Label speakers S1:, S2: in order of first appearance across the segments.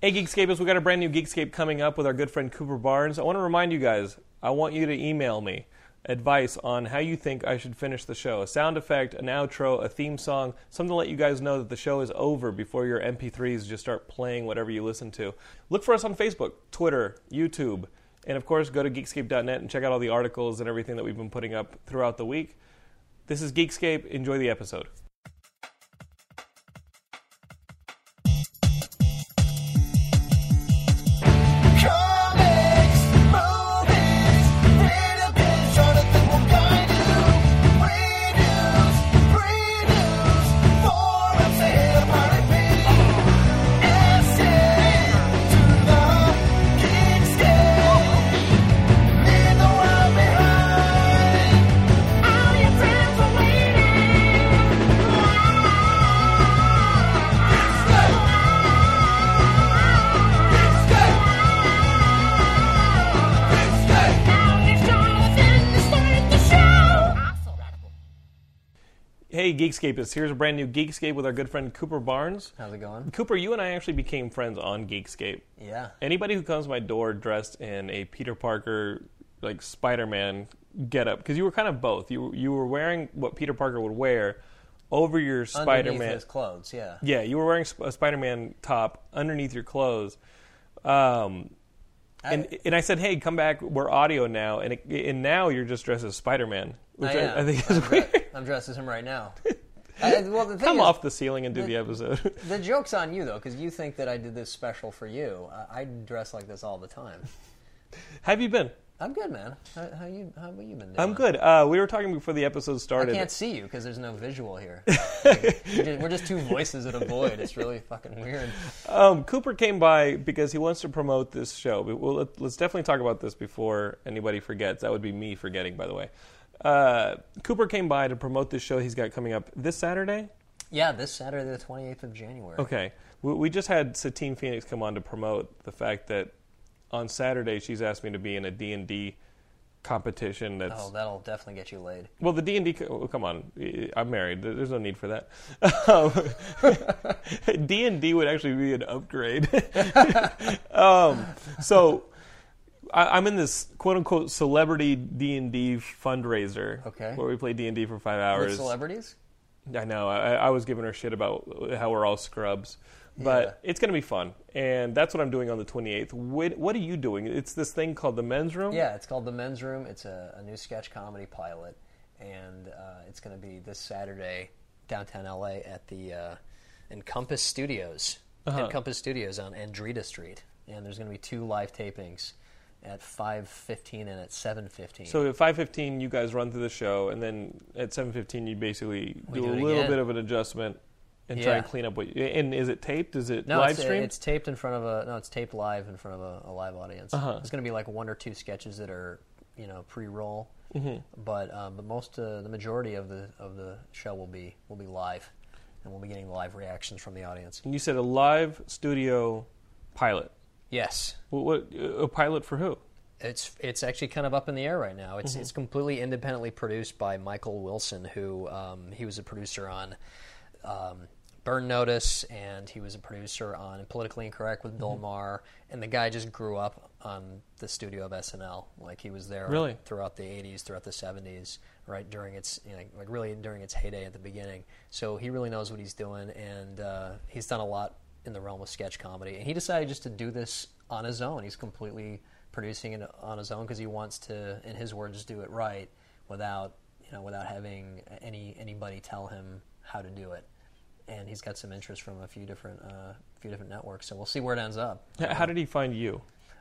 S1: Hey, Geekscapists, we got a brand new Geekscape coming up with our good friend Cooper Barnes. I want to remind you guys, I want you to email me advice on how you think I should finish the show. A sound effect, an outro, a theme song, something to let you guys know that the show is over before your MP3s just start playing whatever you listen to. Look for us on Facebook, Twitter, YouTube, and of course, go to geekscape.net and check out all the articles and everything that we've been putting up throughout the week. This is Geekscape. Enjoy the episode.
S2: Comics, movies, freedom is trying to think what kind of reviews, previews, forums they hit upon it be. Listen to the Geekscape, leave the world behind. All your friends are waiting. Geekscape.
S1: Hey, Geekscapists, here's a brand new Geekscape with our good friend Cooper Barnes.
S3: How's it going?
S1: Cooper, you and I actually became friends on Geekscape.
S3: Yeah.
S1: Anybody who comes to my door dressed in a Peter Parker, like Spider Man getup, because you were kind of both. You you were wearing what Peter Parker would wear over your Spider
S3: Underneath
S1: Man.
S3: his clothes, yeah.
S1: Yeah, you were wearing sp- a Spider Man top underneath your clothes. Um, and and I said, hey, come back. We're audio now, and it, and now you're just dressed as Spider Man, which
S3: I,
S1: I, I,
S3: am.
S1: think
S3: I'm
S1: is
S3: dre-
S1: weird.
S3: I'm dressed as him right now. I, well, the thing
S1: Come
S3: is,
S1: off the ceiling and do the episode.
S3: the joke's on you though, because you think that I did this special for you. I, I dress like this all the time.
S1: Have you been?
S3: I'm good, man. How, how you? How have you been doing?
S1: I'm good. Uh, we were talking before the episode
S3: I
S1: started.
S3: can't see you because there's no visual here. we're, just, we're just two voices in a void. It's really fucking weird.
S1: Um, Cooper came by because he wants to promote this show. But we'll, let- let's definitely talk about this before anybody forgets. That would be me forgetting, by the way. Uh, Cooper came by to promote this show he's got coming up this Saturday.
S3: Yeah, this Saturday, the 28th of January.
S1: Okay. We, we just had Satine Phoenix come on to promote the fact that on Saturday she's asked me to be in a D&D competition that's
S3: Oh, that'll definitely get you laid.
S1: Well, the D and D. oh, Come on, I'm married. There- There's no need for that. D and D would actually be an upgrade. um, so, I, I'm in this quote unquote celebrity D and D fundraiser.
S3: Okay.
S1: Where we play D and D for five
S3: With
S1: hours.
S3: celebrities?
S1: I know. I, I was giving her shit about how we're all scrubs, but it's going to be fun, and that's what I'm doing on the 28th. What, what are you doing? It's this thing called the men's room.
S3: Yeah, it's called The Men's Room. It's a, a new sketch comedy pilot, and uh, it's going to be this Saturday downtown LA at the uh, Encompass Studios.
S1: Uh-huh.
S3: Encompass Studios on Andrita Street, and there's going to be two live tapings at 5:15 and at 7:15.
S1: So at five fifteen, you guys run through the show, and then at seven fifteen, you basically do,
S3: do
S1: a
S3: it
S1: little
S3: again.
S1: bit of an adjustment and try and
S3: Yeah.
S1: clean up what. You, and is it taped? Is it
S3: no,
S1: live
S3: it's,
S1: streamed?
S3: it's taped in front of a no, it's taped live in front of a, a live audience. There's going to be like one or two sketches that are you know pre-roll, but um, but most uh, the majority of the of the show will be will be live, and we'll be getting live reactions from the audience.
S1: and you said a live studio pilot.
S3: Yes,
S1: What, what a pilot for who?
S3: it's it's actually kind of up in the air right now. It's it's completely independently produced by Michael Wilson, who um, he was a producer on um, Burn Notice, and he was a producer on Politically Incorrect with Bill Maher, and the guy just grew up on the studio of SNL. Like he was there
S1: Really?
S3: throughout the '80s, throughout the '70s, right during its you know, like really during its heyday at the beginning. So he really knows what he's doing, and uh, he's done a lot in the realm of sketch comedy. And he decided just to do this on his own. He's completely producing it on his own because he wants to, in his words, do it right without you know without having any anybody tell him how to do it. And he's got some interest from a few different uh, few different networks. So we'll see where it ends up.
S1: H- How did he find you?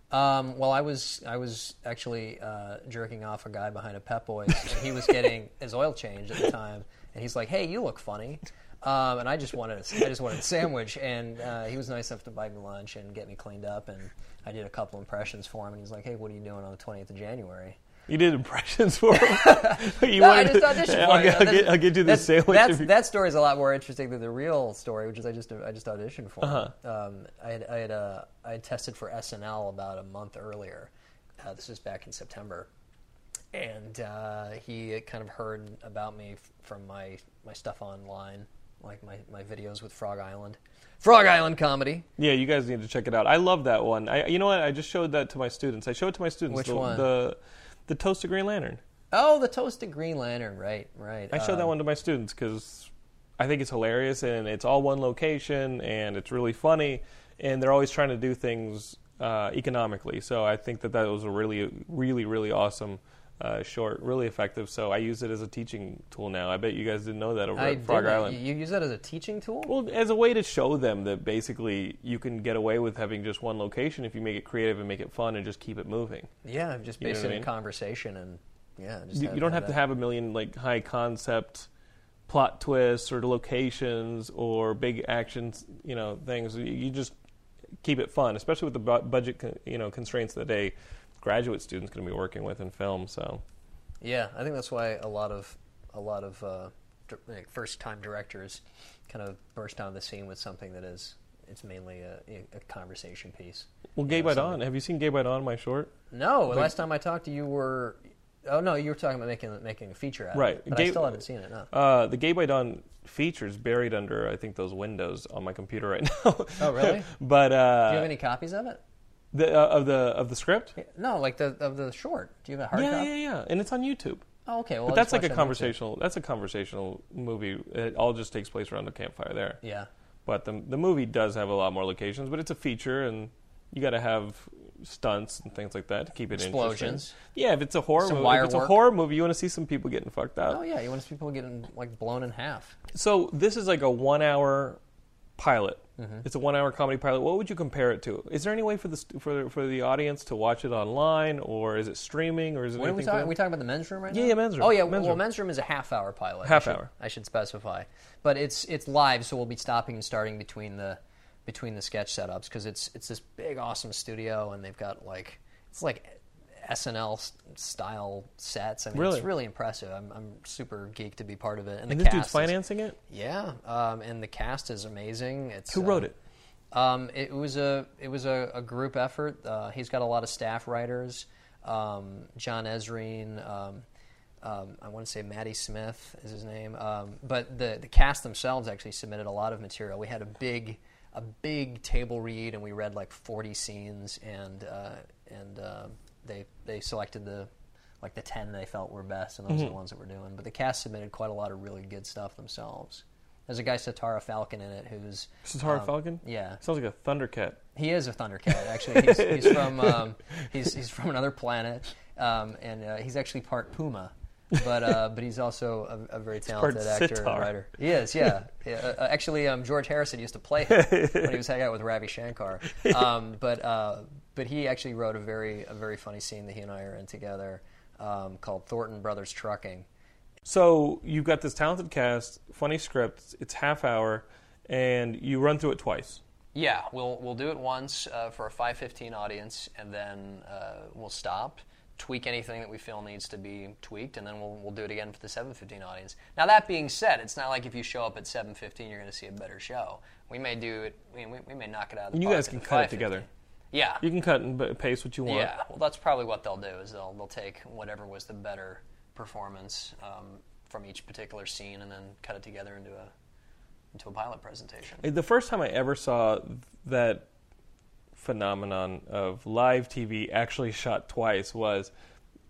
S3: Um, well, I was I was actually uh, jerking off a guy behind a Pep Boys. And he was getting his oil changed at the time, and he's like, "Hey, you look funny," um, and I just wanted a, I just wanted a sandwich, and uh, he was nice enough to buy me lunch and get me cleaned up, and I did a couple impressions for him, and he's like, "Hey, what are you doing on the twentieth of January?"
S1: You did impressions for him. you
S3: No, I
S1: wanted
S3: just
S1: to-
S3: auditioned
S1: I'll,
S3: for it.
S1: get- I'll get, I'll get you the
S3: That's-
S1: sandwich.
S3: That's,
S1: if you-
S3: that story is a lot more interesting than the real story, which is I just I just auditioned for. it.
S1: Uh-huh.
S3: Um, I had I had, uh, I had tested for SNL about a month earlier. Uh, this was back in September, and uh, he had kind of heard about me f- from my my stuff online like my, my videos with Frog Island. Frog Island comedy.
S1: Yeah, you guys need to check it out. I love that one. I, you know what? I just showed that to my students. I showed it to my students.
S3: Which
S1: the,
S3: one?
S1: The, the Toasted Green Lantern.
S3: Oh, the Toasted Green Lantern. Right, right. Uh,
S1: I showed that one to my students because I think it's hilarious and it's all one location and it's really funny and they're always trying to do things uh, economically. So I think that that was a really, really, really awesome uh, short, really effective. So I use it as a teaching tool now. I bet you guys didn't know that over
S3: I
S1: at Frog
S3: didn't.
S1: Island.
S3: You use that as a teaching tool?
S1: Well, as a way to show them that basically you can get away with having just one location if you make it creative and make it fun and just keep it moving.
S3: yeah, I'm just
S1: You know
S3: based
S1: what I
S3: in
S1: mean?
S3: a conversation and yeah. Just
S1: you, you don't have to
S3: that.
S1: have a million like high concept plot twists or locations or big actions you know things you, you just keep it fun especially with the bu- budget con- you know constraints of the day graduate students going to be working with in film so
S3: Yeah, I think that's why a lot of a lot of uh, dir- like first-time directors kind of burst on the scene with something that is it's mainly a, a conversation piece.
S1: well gay by dawn have you seen gay by dawn my short
S3: No, the last time I talked to you were oh no, you were talking about making making a feature out of
S1: Right,
S3: it, but I
S1: Gay-
S3: still haven't seen it. No.
S1: uh, the gay by dawn features buried under i think those windows on my computer right now
S3: Oh, really?
S1: but uh,
S3: Do you have any copies of it?
S1: the, uh, of the of the script
S3: No, like the of the short. Do you have a hard
S1: yeah
S3: copy?
S1: yeah yeah and it's on youtube
S3: Oh, okay. Well,
S1: But
S3: I'll
S1: that's
S3: just
S1: like a
S3: watch that on YouTube.
S1: conversational. That's a conversational movie. It all just takes place around a campfire there.
S3: Yeah.
S1: But the the movie does have a lot more locations. But it's a feature, and you got to have stunts and things like that to keep it
S3: Explosions.
S1: Interesting. Yeah, if it's a horror
S3: Some
S1: movie,
S3: wire
S1: if it's a
S3: work.
S1: horror movie, you want to see some people getting fucked up.
S3: Oh yeah, you want to see people getting like blown in half.
S1: So this is like a one hour pilot.
S3: Mm-hmm.
S1: It's a one hour comedy pilot. What would you compare it to? Is there any way for the st- for the, for the audience to watch it online, or is it streaming, or is it
S3: What are we
S1: anything? for
S3: talking?
S1: them?
S3: Are we talking about the men's room right
S1: Yeah,
S3: now?
S1: yeah, men's room.
S3: Oh yeah,
S1: Men's
S3: well,
S1: room.
S3: men's room is a half hour pilot.
S1: Half
S3: I should,
S1: hour.
S3: I should specify, but it's it's live, so we'll be stopping and starting between the between the sketch setups because it's it's this big awesome studio and they've got like it's like SNL s- style sets. I mean,
S1: Really?
S3: it's really impressive. I'm, I'm super geeked to be part of it.
S1: and
S3: And,
S1: this
S3: the cast
S1: dude's
S3: is-
S1: financing it.
S3: yeah, um, and the cast is amazing. It's
S1: Who wrote
S3: um,
S1: it?
S3: Um, it was a it was a, a group effort. Uh, he's got a lot of staff writers. Um, John Ezrin, um, um, I want to say Maddie Smith is his name, um, but the the cast themselves actually submitted a lot of material. We had a big a big table read, and we read like forty scenes, and uh, and uh, they they selected the like the ten they felt were best, and those
S1: Mm-hmm.
S3: are the ones that we're doing. But the cast submitted quite a lot of really good stuff themselves. There's a guy Satara Falcon in it who's
S1: Satara
S3: um,
S1: Falcon.
S3: Yeah,
S1: Sounds like a Thundercat.
S3: he is a Thundercat. Actually, he's, he's from um, he's he's from another planet, um, and uh, he's actually part Puma, but uh, but he's also a, a very
S1: part
S3: talented actor
S1: sitar.
S3: and writer. He is, yeah. yeah uh, uh, actually, um, George Harrison used to play him when he was hanging out with Ravi Shankar. Um, but uh, but he actually wrote a very a very funny scene that he and I are in together um, called Thornton Brothers Trucking.
S1: So you've got this talented cast, funny script. It's half hour, and you run through it twice.
S3: Yeah, we'll we'll do it once uh, for a five fifteen audience, and then uh, we'll stop, tweak anything that we feel needs to be tweaked, and then we'll we'll do it again for the seven fifteen audience. Now that being said, it's not like if you show up at seven fifteen, you're going to see a better show. We may do it. I mean, we, we may knock it out. of the
S1: You
S3: park
S1: guys
S3: at
S1: can
S3: the
S1: cut it
S3: 5:15.
S1: together.
S3: Yeah,
S1: You can cut and b- paste what you want.
S3: yeah. Well, that's probably what they'll do is they'll they'll take whatever was the better performance um, from each particular scene, and then cut it together into a into a pilot presentation.
S1: Eh, The first time I ever saw that phenomenon of live TV actually shot twice was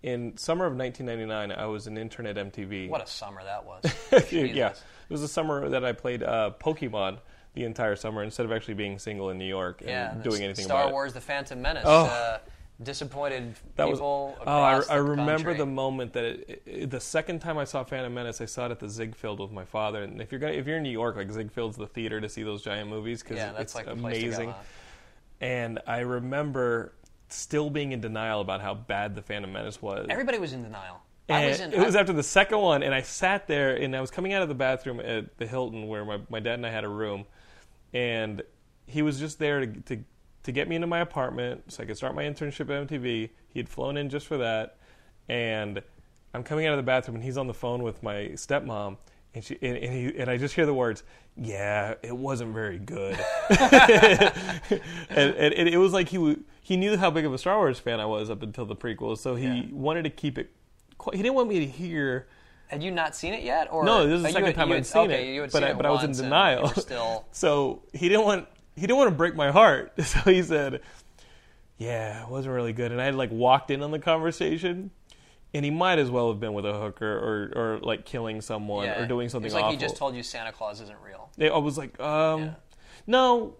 S1: in summer of 1999. I was an intern at MTV.
S3: What a summer that was.
S1: Dude, yeah,
S3: Jesus.
S1: it was the summer that I played uh, Pokemon the entire summer instead of actually being single in New York and
S3: yeah, and
S1: doing
S3: the
S1: anything
S3: Star
S1: about it.
S3: Wars: The Phantom Menace.
S1: Oh.
S3: Uh, disappointed
S1: That was
S3: people.
S1: oh, I,
S3: across
S1: I
S3: the
S1: remember
S3: country.
S1: the moment that it, it, the second time I saw Phantom Menace, I saw it at the Ziegfeld with my father. And if you're gonna, if you're in New York, like Ziegfeld's the theater to see those giant movies because
S3: yeah, that's
S1: it's
S3: like the place to go,
S1: amazing.
S3: huh?
S1: And I remember still being in denial about how bad the Phantom Menace was.
S3: Everybody was in denial.
S1: And
S3: I was in.
S1: Eh, it was
S3: I,
S1: after the second one, and I sat there, and I was coming out of the bathroom at the Hilton where my, my dad and I had a room, and he was just there to, to to get me into my apartment so I could start my internship at MTV. He had flown in just for that, and I'm coming out of the bathroom, and he's on the phone with my stepmom, and she and, and he and I just hear the words, "Yeah, it wasn't very good." and, and, and it was like he w- he knew how big of a Star Wars fan I was up until the prequels, so he wanted to keep it. Qu- he didn't want me to hear
S3: Had you not seen it yet? Or
S1: No, this is the
S3: you
S1: second
S3: had-
S1: time
S3: you
S1: I'd
S3: had-
S1: seen
S3: okay,
S1: it,
S3: you had
S1: but
S3: seen
S1: I,
S3: it
S1: but I was in
S3: once and
S1: denial.
S3: you were still,
S1: so he didn't want he didn't want to break my heart. So he said, "Yeah, it wasn't really good." And I had like walked in on the conversation, and he might as well have been with a hooker or or like killing someone
S3: yeah.
S1: or doing something
S3: It's like
S1: awful.
S3: he just told you Santa Claus isn't real.
S1: They- I was like, um,
S3: Yeah.
S1: no.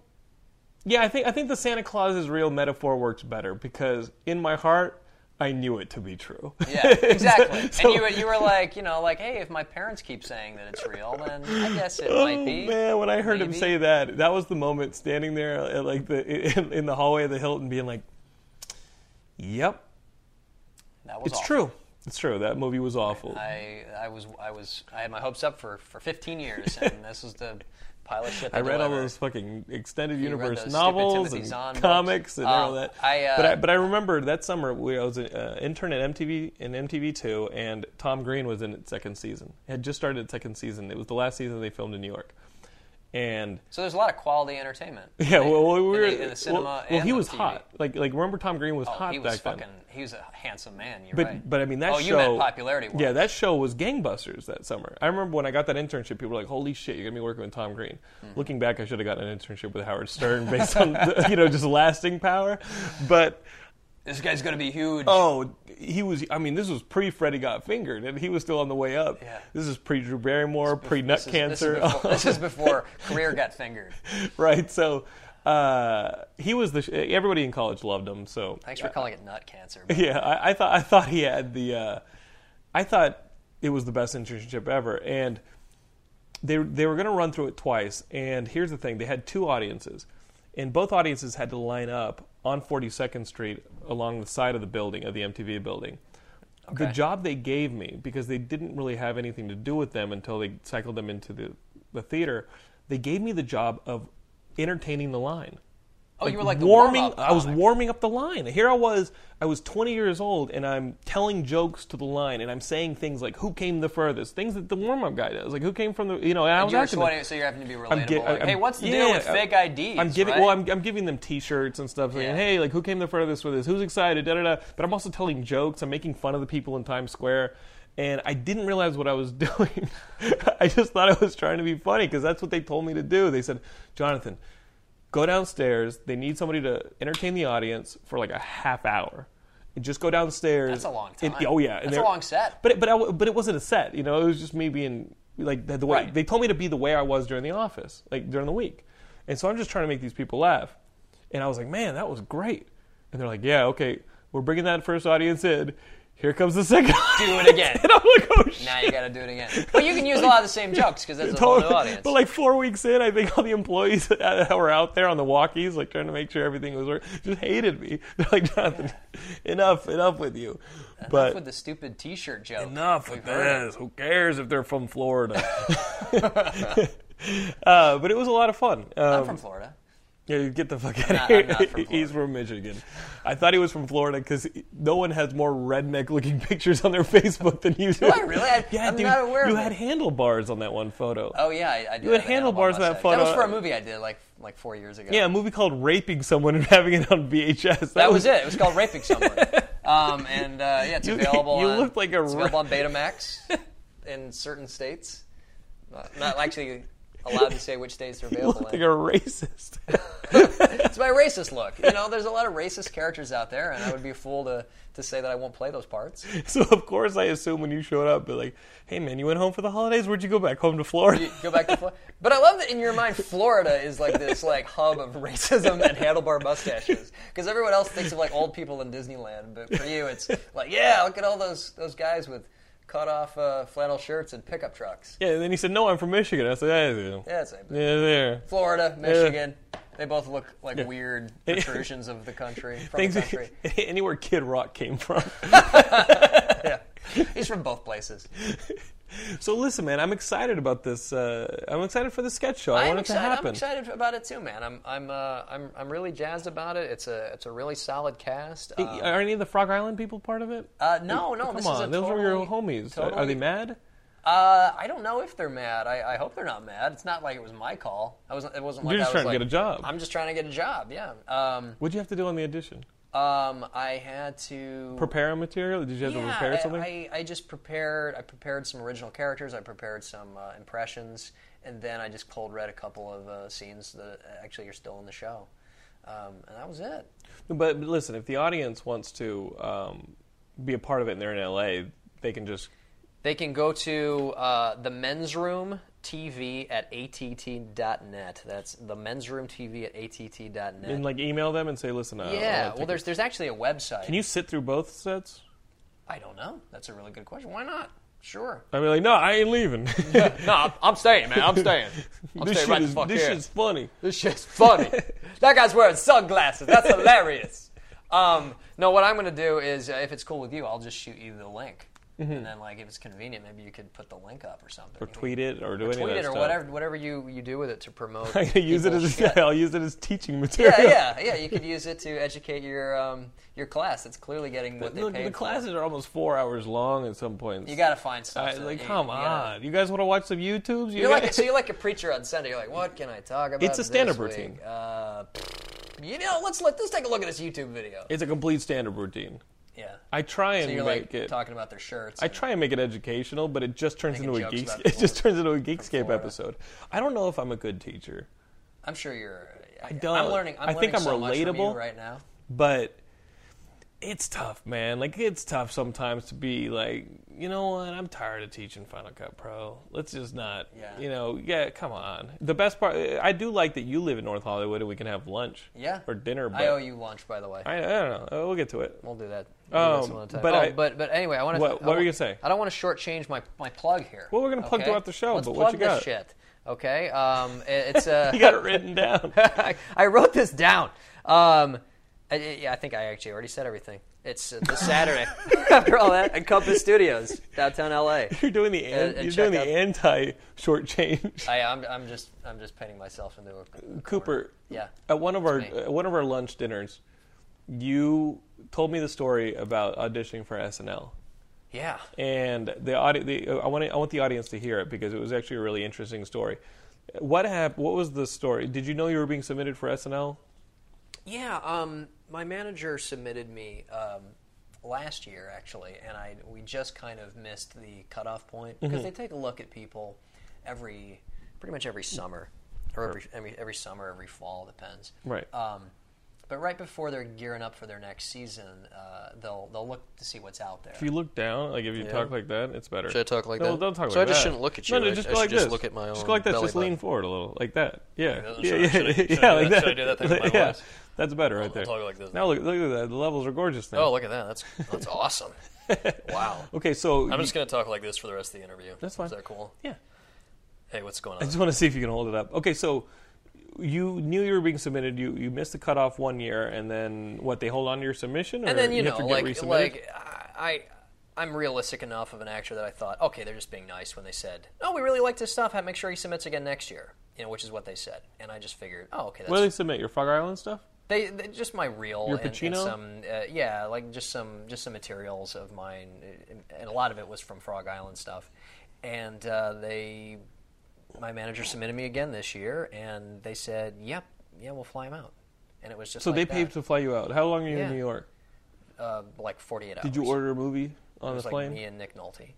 S1: Yeah, I think I think the Santa Claus is real metaphor works better because in my heart, I knew it to be true.
S3: Yeah, exactly.
S1: So-
S3: and you were, you were like, you know, like, hey, if my parents keep saying that it's real, then I guess it might
S1: Oh,
S3: be.
S1: man, when I heard him
S3: Maybe.
S1: say that, that was the moment standing there at like the in, in the hallway of the Hilton, being like, "Yep,
S3: That was
S1: it's
S3: awful.
S1: true. It's true. That movie was awful."
S3: I, I was I was I had my hopes up for, for 15 years, and this was the pile of shit. That
S1: I read all
S3: delivered.
S1: those fucking extended
S3: read
S1: universe
S3: those stupid
S1: novels
S3: Timothy
S1: and
S3: Zahn books.
S1: comics and
S3: Um,
S1: all that.
S3: I, uh,
S1: but I but I remember that summer we I was an uh, intern at MTV in MTV Two, and Tom Green was in its second season. It had just started its second season. It was the last season they filmed in New York, and
S3: So there's a lot of quality entertainment.
S1: yeah,
S3: right?
S1: well, we were
S3: in the, in the cinema.
S1: well, well,
S3: and
S1: he
S3: on
S1: was
S3: TV.
S1: hot. Like like remember Tom Green was
S3: Oh,
S1: hot
S3: he was
S1: back
S3: fucking.
S1: then.
S3: He was a handsome man. You're
S1: But
S3: right.
S1: but I mean that
S3: oh,
S1: show.
S3: you meant popularity. Wise.
S1: Yeah, that show was gangbusters that summer. I remember when I got that internship, people were like, "Holy shit, you're gonna be working with Tom Green."
S3: Hmm.
S1: Looking back, I should have gotten an internship with Howard Stern based on the, you know just lasting power. But
S3: this guy's gonna be huge.
S1: oh, he was. I mean, this was pre Freddie got fingered, and he was still on the way up.
S3: Yeah.
S1: This is pre Drew Barrymore, pre
S3: This
S1: nut
S3: is- this is
S1: cancer,
S3: before- This is before career got fingered.
S1: right? So. Uh, he was the sh- everybody in college loved him. So
S3: Thanks for calling it nut cancer. but
S1: Yeah, I, I thought I thought he had the, uh, I thought it was the best internship ever, and they they were going to run through it twice. And here's the thing: they had two audiences, and both audiences had to line up on 42nd Street along the side of the building of the MTV building. The
S3: Okay.
S1: job they gave me because they didn't really have anything to do with them until they cycled them into the the theater. They gave me the job of entertaining the line
S3: Oh, you were like the
S1: warming.
S3: warm-up Oh,
S1: I was
S3: comic.
S1: warming up the line. Here I was. I was 20 years old, and I'm telling jokes to the line, and I'm saying things like "Who came the furthest?" Things that the warm-up guy does, like "Who came from the?" You know, and I
S3: And
S1: was
S3: you're
S1: acting.
S3: sweating, so you're having to be relatable.
S1: I'm gi-
S3: like,
S1: I'm-
S3: hey, what's the
S1: yeah,
S3: deal with
S1: I-
S3: fake IDs?
S1: I'm giving
S3: right?
S1: well, I'm, I'm giving them T-shirts and stuff, saying,
S3: Yeah.
S1: "Hey, like who came the furthest with this? Who's excited?" Da da da. But I'm also telling jokes. I'm making fun of the people in Times Square, and I didn't realize what I was doing. I just thought I was trying to be funny because that's what they told me to do. They said, "Jonathan, go downstairs. They need somebody to entertain the audience for like a half hour." And just go downstairs.
S3: That's a long
S1: And-
S3: time.
S1: oh yeah, and
S3: That's a
S1: they're-
S3: long set.
S1: But it, but I w but it wasn't a set. You know, it was just me being like the, the way
S3: Right.
S1: they told me to be the way I was during the office, like during the week. And so I'm just trying to make these people laugh. And I was like, man, that was great. And they're like, yeah, okay, we're bringing that first audience in. Here comes the second.
S3: Do it
S1: audience."
S3: again.
S1: And I'm like, oh shit.
S3: Now you got to do it again. But you can use a lot of the same jokes because that's a whole new
S1: Totally.
S3: audience.
S1: But like four weeks in, I think all the employees that were out there on the walkies, like trying to make sure everything was working, just hated me. They're like, Jonathan, enough, enough with you.
S3: Enough
S1: but
S3: with the stupid T-shirt joke.
S1: enough
S3: We've
S1: with
S3: heard it.
S1: this. Who cares if they're from Florida? uh, but it was a lot of fun.
S3: I'm
S1: Um,
S3: from Florida.
S1: yeah, you get the fuck out
S3: not-
S1: of here.
S3: I'm not from
S1: He's
S3: Florida.
S1: from Michigan. I thought he was from Florida because no one has more redneck-looking pictures on their Facebook than you do.
S3: I really? I-
S1: yeah,
S3: I'm
S1: dude,
S3: not aware
S1: you
S3: of
S1: had
S3: it.
S1: handlebars on that one photo.
S3: Oh yeah, I, I did.
S1: You had
S3: have a handlebar
S1: handlebars in that
S3: mustache. That was
S1: photo.
S3: for a movie I did like like four years ago.
S1: yeah, a movie called "Raping Someone" and having it on VHS. That,
S3: that was it. It was called Raping Someone. um, and uh, yeah, it's
S1: You-
S3: available.
S1: you
S3: on,
S1: looked like a
S3: It's available on Betamax in certain states. Not, not actually allowed to say which states they're
S1: You
S3: available.
S1: look like
S3: in.
S1: a racist.
S3: It's my racist look. You know, there's a lot of racist characters out there, and I would be a fool to, to say that I won't play those parts.
S1: So of course I assume when you showed up, but like, hey man, you went home for the holidays. Where'd you go back home to Florida?
S3: You go back to Florida. But I love that in your mind, Florida is like this like hub of racism and handlebar mustaches. Because everyone else thinks of like old people in Disneyland, but for you, it's like, yeah, look at all those those guys with cut off uh, flannel shirts and pickup trucks.
S1: Yeah, and then he said, no, I'm from Michigan. I said, yeah, yeah, yeah.
S3: Yeah, it's like
S1: yeah there.
S3: Florida, Michigan. They both look like weird protrusions of the country from the
S1: Things
S3: country.
S1: anywhere Kid Rock came from.
S3: He's from both places.
S1: so listen, man, I'm excited about this. Uh, I'm excited for the sketch show. I,
S3: I'm
S1: want it
S3: excited,
S1: to happen.
S3: I'm excited about it too, man. I'm I'm uh, I'm I'm really jazzed about it. It's a it's a really solid cast. Um,
S1: Are any of the Frog Island people part of it?
S3: uh, no, no,
S1: Come
S3: this
S1: on,
S3: is a
S1: those
S3: totally,
S1: were your homies. Are- Are
S3: totally-
S1: they mad?
S3: Uh, I don't know if they're mad. I, I hope they're not mad. It's not like it was my call. I wasn't. It wasn't
S1: You're
S3: like
S1: just
S3: I
S1: trying
S3: was
S1: to
S3: like,
S1: get a job.
S3: I'm just trying to get a job. Yeah. Um,
S1: What'd you have to do on the audition?
S3: Um, I had to
S1: Prepare material? Did you have to
S3: yeah,
S1: prepare
S3: I-
S1: something?
S3: I, I just prepared. I prepared some original characters. I prepared some uh, impressions, and then I just cold read a couple of uh, scenes that actually are still in the show, um, and that was it.
S1: But, but listen, if the audience wants to um, be a part of it and they're in LA, they can just.
S3: They can go to uh, the men's room TV at att.net. That's the men's room TV at att.net.
S1: And like email them and say, listen, uh,
S3: yeah, well, there's there's actually a website.
S1: Can you sit through both sets?
S3: I don't know. That's a really good question. Why not? Sure.
S1: I'd be like, no, I ain't leaving.
S4: No, I'm, I'm staying, man. I'm staying. I'm staying
S1: this shit
S4: right
S1: is,
S4: the fuck
S1: this
S4: here.
S1: shit's funny.
S4: This shit's
S3: funny. that guy's wearing sunglasses. That's hilarious. Um, no, what I'm going to do is, uh, if it's cool with you, I'll just shoot you the link,
S1: Mm-hmm.
S3: and then like if it's convenient, maybe you could put the link up or something,
S1: Or tweet it or do any of
S3: tweet
S1: that
S3: it or
S1: stuff.
S3: whatever, whatever you, you do with it to promote.
S1: I'm gonna use it
S3: people's
S1: as
S3: shit.
S1: I'll use it as teaching material.
S3: yeah, yeah, yeah. You could use it to educate your um, your class. It's clearly getting what they
S1: Look,
S3: paid
S1: the
S3: for.
S1: classes are almost four hours long at some points.
S3: You got to find stuff.
S1: I,
S3: to-
S1: like,
S3: you-
S1: come
S3: you gotta-
S1: on. You guys want to watch some YouTubes? You
S3: You're
S1: got-
S3: like so you're like a preacher on Sunday. You're like, what can I talk about?
S1: It's a
S3: this
S1: stand-up
S3: week?
S1: routine.
S3: Uh, you know, let's let let's take a look at this YouTube video.
S1: it's a complete standard routine.
S3: yeah.
S1: I try and
S3: So you're
S1: make
S3: like
S1: it.
S3: talking about their shirts.
S1: I try and make it educational, but it just turns
S3: Making
S1: into a
S3: jokes
S1: geeks.
S3: about
S1: It just
S3: people
S1: turns into a Geekscape
S3: Florida.
S1: episode. I don't know if I'm a good teacher,
S3: I'm sure you're. I
S1: don't.
S3: I'm learning. I'm
S1: I think
S3: learning
S1: I'm
S3: so much from you
S1: relatable.
S3: right now.
S1: but it's tough, man. Like it's tough sometimes to be like, you know what? I'm tired of teaching Final Cut Pro. Let's just not.
S3: Yeah.
S1: You know, yeah. Come on. The best part, I do like that you live in North Hollywood and we can have lunch.
S3: Yeah.
S1: Or dinner. But
S3: I owe you lunch, by the way.
S1: I, I don't know. We'll get to it.
S3: We'll do that.
S1: Um,
S3: we'll do that some other time.
S1: but
S3: oh,
S1: I-
S3: but but anyway, I want to.
S1: What- what were you gonna say?
S3: I don't want to shortchange my my plug here.
S1: Well, we're gonna plug
S3: okay?
S1: throughout the show,
S3: Let's
S1: but what
S3: plug
S1: you
S3: this
S1: got?
S3: shit. Okay. Um, it- it's uh,
S1: You got it written down.
S3: I, I wrote this down. Um, I, I- yeah, I think I actually already said everything. It's uh, this Saturday. After all that, at Compass Studios, downtown LA.
S1: You're doing the an-
S3: and
S1: you're
S3: check
S1: doing the
S3: out-
S1: anti shortchange.
S3: I, I'm, I'm just I'm just painting myself into a corner.
S1: Cooper,
S3: Yeah.
S1: at one of our
S3: me.
S1: at one of our lunch dinners, you told me the story about auditioning for SNL,
S3: Yeah.
S1: and the audi- the uh, I want I want the audience to hear it because it was actually a really interesting story. What happened? What was the story? Did you know you were being submitted for SNL?
S3: Yeah, um, my manager submitted me um, last year actually, and I we just kind of missed the cutoff point
S1: Mm-hmm.
S3: because they take a look at people every pretty much every summer or every every, every summer, every fall depends.
S1: Right.
S3: Um, but right before they're gearing up for their next season, uh, they'll they'll look to see what's out there.
S1: If you look down, like if you talk like that, it's better.
S3: Should I talk like
S1: no,
S3: that?
S1: Don't talk
S3: So
S1: like
S3: I just
S1: that.
S3: shouldn't look at
S1: No,
S3: you.
S1: no,
S3: I-
S1: just
S3: I
S1: go
S3: should
S1: like
S3: just
S1: this.
S3: look at my
S1: Just
S3: own
S1: go like this.
S3: belly
S1: Just lean
S3: button.
S1: forward a little, like that. Yeah,
S3: should
S1: yeah,
S3: I- should I-
S1: yeah, yeah,
S3: should I do
S1: like
S3: that-
S1: that.
S3: should I do that thing with my
S1: yeah.
S3: voice?
S1: That's better right there.
S3: talk like this.
S1: Now look, look at that. The levels are gorgeous now.
S3: Oh, look at that! That's that's awesome. Wow.
S1: Okay, so
S3: I'm
S1: you-
S3: just gonna talk like this for the rest of the interview.
S1: That's fine.
S3: Is that cool?
S1: yeah.
S3: Hey, what's going
S1: I
S3: on?
S1: just want to see if you can hold it up. Okay, so you knew you were being submitted. You you missed the cutoff one year, and then what? They hold on to your submission, or
S3: and then you,
S1: have
S3: know,
S1: to get
S3: like,
S1: resubmitted?
S3: like I, I, I'm realistic enough of an actor that I thought, okay, they're just being nice when they said, "Oh, we really like this stuff. Have make sure he submits again next year." You know, which is what they said, and I just figured, oh, okay, that's
S1: what do they submit? Your Frog Island stuff?
S3: they, they just my reel
S1: Your
S3: and, and
S1: Pacino?
S3: some, uh, yeah, like just some just some materials of mine, and- and a lot of it was from Frog Island stuff, and uh, they, my manager submitted me again this year, and they said, "Yep, yeah, we'll fly him out," and it was just
S1: So
S3: like
S1: they paid
S3: that,
S1: to fly you out. How long are you in
S3: Yeah.
S1: New York?
S3: uh, like 48 hours.
S1: Did you order a movie on
S3: It was
S1: the
S3: like
S1: plane?
S3: me and Nick Nolte
S1: you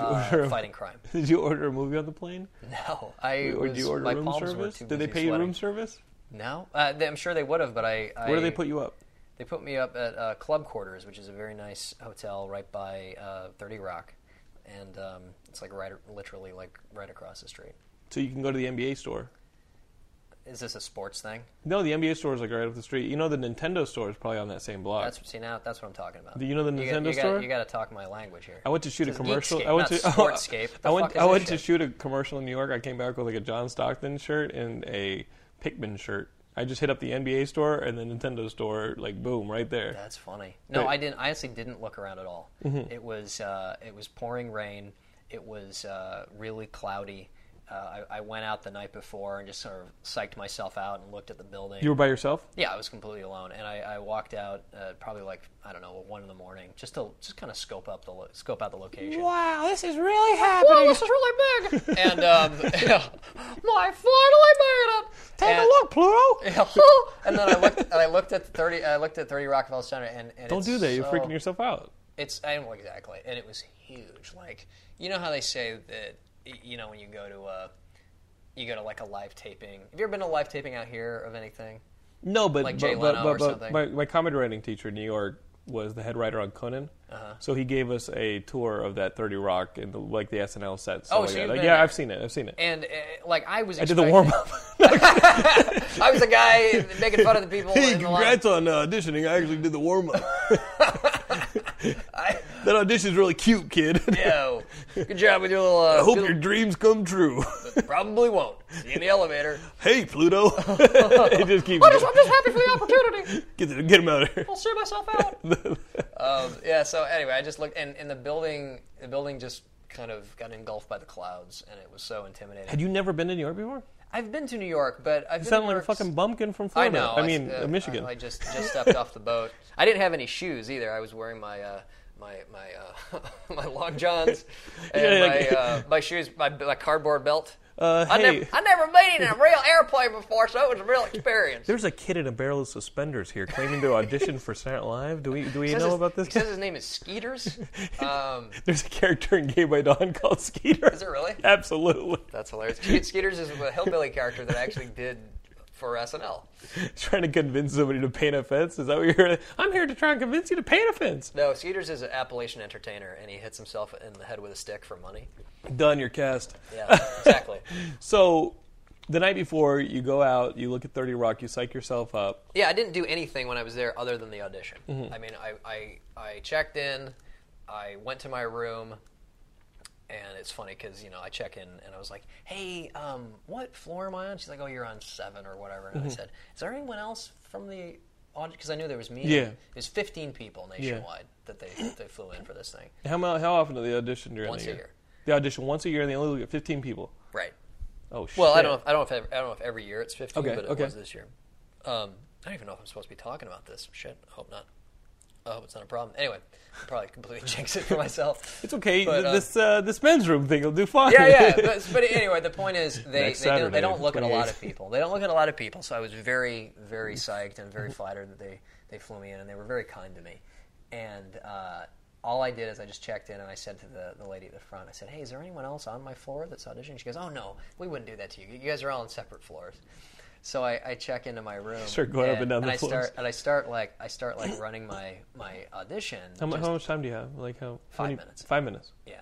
S3: uh,
S1: order-
S3: fighting crime.
S1: Did you order a movie on the plane?
S3: No, I
S1: Or
S3: was,
S1: did you order
S3: my
S1: room
S3: palms were
S1: service?
S3: too
S1: Did they
S3: busy
S1: pay you room
S3: sweating.
S1: service?
S3: No, uh, they, I'm sure they would have, but I, I
S1: Where do they put you up?
S3: They put me up at uh, Club Quarters, which is a very nice hotel right by uh, Thirty Rock, and um, it's like right, literally like right across the street.
S1: So you can go to the NBA store.
S3: Is this a sports thing?
S1: No, the NBA store is like right up the street. You know, the Nintendo store is probably on that same block.
S3: That's see now that's what I'm talking about.
S1: Do you know the
S3: got-
S1: Nintendo
S3: you got-
S1: store?
S3: you got to talk my language here.
S1: I went to shoot a
S3: This is
S1: commercial.
S3: Geekscape,
S1: I went
S3: not
S1: to
S3: Sportscape. The
S1: I went.
S3: fuck is
S1: I
S3: this
S1: went to
S3: shit?
S1: shoot a commercial in New York. I came back with like a John Stockton shirt and a Pikmin shirt. I just hit up the NBA store and the Nintendo store. Like boom, right there.
S3: That's funny. No,
S1: Wait. Mm-hmm.
S3: I didn't. I honestly didn't look around at all. It was uh, it was pouring rain. It was uh, really cloudy. uh, I, I went out the night before and just sort of psyched myself out and looked at the building.
S1: You were by yourself?
S3: Yeah, I was completely alone, and I, I walked out uh, probably like I don't know one in the morning, just to just kind of scope up the lo- scope out the location.
S1: Wow, this is really happening.
S3: Whoa, this is really big. and um, my finally made it. And-
S1: Pluto.
S3: and then I looked, and I looked at the thirty. I looked at thirty Rockefeller Center, and, and
S1: Don't
S3: it's
S1: do that. You're
S3: so-
S1: freaking yourself out.
S3: It's I don't know exactly, and it was huge. Like you know how they say that y- you know when you go to a, you go to like a live taping. Have you ever been to a live taping out here of anything?
S1: No, but
S3: Like
S1: but,
S3: Jay
S1: but,
S3: Leno
S1: but,
S3: or
S1: but
S3: something.
S1: my my comedy writing teacher in New York was the head writer on Conan.
S3: Uh-huh.
S1: So he gave us a tour of that Thirty Rock and the, like the SNL set. stuff
S3: Oh,
S1: like
S3: so
S1: that.
S3: you've
S1: Like,
S3: been
S1: yeah,
S3: there.
S1: I've seen it. I've seen it.
S3: And uh, like I was,
S1: I did the warm up.
S3: I was the guy making fun of the people. in the line.
S1: on uh, auditioning. I actually did the warm up.
S3: I-
S1: that audition's really cute, kid.
S3: Yo, good job with your little. Uh, good-
S1: dreams come true.
S3: probably won't. See you in the elevator.
S1: hey, Pluto. it just keeps.
S3: I'm just happy for the opportunity.
S1: Get, the- get him out of here.
S3: I'll sue myself out. um, yeah. So anyway, I just looked, and, and the building, the building just kind of got engulfed by the clouds, and it was so intimidating.
S1: Had you never been to New York before?
S3: I've been to New York, but
S1: You
S3: I've
S1: sound
S3: been to
S1: like
S3: New
S1: a
S3: York
S1: fucking bumpkin from
S3: I
S1: Florida.
S3: know.
S1: mean,
S3: uh,
S1: Michigan.
S3: I, I just just stepped off the boat. I didn't have any shoes either. I was wearing my uh, my my uh, my long johns and
S1: Yeah,
S3: my
S1: like-
S3: uh, my shoes, my, my cardboard belt.
S1: Uh,
S3: I,
S1: hey.
S3: never, I never been in a real airplane before, so it was a real experience.
S1: There's a kid in a barrel of suspenders here claiming to audition for Saturday Night Live. Do we do we
S3: He says
S1: know
S3: his-
S1: about this?
S3: He says his name is Skeeters. Um,
S1: There's a character in Gay by Dawn called Skeeter.
S3: Is it really?
S1: Absolutely.
S3: that's hilarious. Skeet- Skeeters is a hillbilly character that I actually did for SNL.
S1: Trying to convince somebody to paint a fence. Is that what you're? I'm here to try and convince you to paint a fence.
S3: No, Skeeters is an Appalachian entertainer, and he hits himself in the head with a stick for money.
S1: Done your cast.
S3: Yeah, exactly.
S1: So, the night before, you go out, you look at Thirty Rock, you psych yourself up.
S3: Yeah, I didn't do anything when I was there other than the audition. I mean, I, I, I checked in, I went to my room, and it's funny because, you know, I check in and I was like, hey, um, what floor am I on? She's like, oh, you're on seven or whatever. And I said, is there anyone else from the audience? Because I knew there was me.
S1: Yeah.
S3: It was 15 people nationwide that they, they flew in for this thing.
S1: How mo- how often do they audition during
S3: Once
S1: the
S3: a
S1: year?
S3: year.
S1: They audition once a year, and they only look at 15 people.
S3: Right.
S1: Oh shit.
S3: Well, I don't, know if, I, don't know if, I don't know if every year it's 15,
S1: Okay,
S3: but it
S1: okay.
S3: was this year. Um, I don't even know if I'm supposed to be talking about this. Shit, I hope not. I hope it's not a problem. Anyway, I probably completely jinxed it for myself.
S1: It's okay.
S3: But, uh,
S1: this uh, this men's room thing will do fine.
S3: yeah, yeah. But, but anyway, the point is they,
S1: Next
S3: they, don't,
S1: Saturday,
S3: they don't look at a lot
S1: 28th.
S3: of people. They don't look at a lot of people. So I was very, very psyched and very flattered that they, they flew me in and they were very kind to me. And uh, all I did is I just checked in and I said to the, the lady at the front, I said, hey, is there anyone else on my floor that's auditioning? She goes, oh, no, we wouldn't do that to you. You guys are all on separate floors. So I, I check into my room.
S1: Start going up and down the
S3: I
S1: floors.
S3: Start, and I start like I start like running my my audition.
S1: How, mu-
S3: just-
S1: how much time do you have? Like how? how
S3: Five
S1: many-
S3: minutes.
S1: Five minutes.
S3: yeah,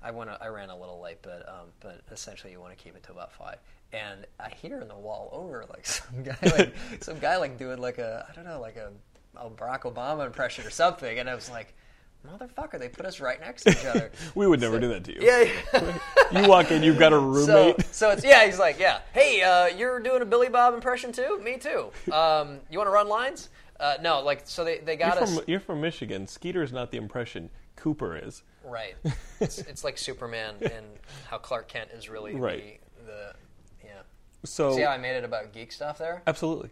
S3: I want to. I ran a little late, but um, but essentially you want to keep it to about five. And I hear in the wall over like some guy like some guy like doing like a I don't know like a, a Barack Obama impression or something, and I was like, motherfucker, they put us right next to each other.
S1: We would never do that to you.
S3: yeah. yeah.
S1: You walk in, you've got a
S3: So,
S1: roommate.
S3: so it's yeah. He's like, yeah. Hey, uh, you're doing a Billy Bob impression too? Me too. Um, you want to run lines? Uh, no, like so they, they got
S1: you're,
S3: us
S1: from, you're from Michigan. Skeeter is not the impression. Cooper is.
S3: Right. It's, it's like Superman and how Clark Kent is really
S1: Right. Oh.
S3: the, the yeah.
S1: So
S3: See how I made it about geek stuff there?
S1: absolutely,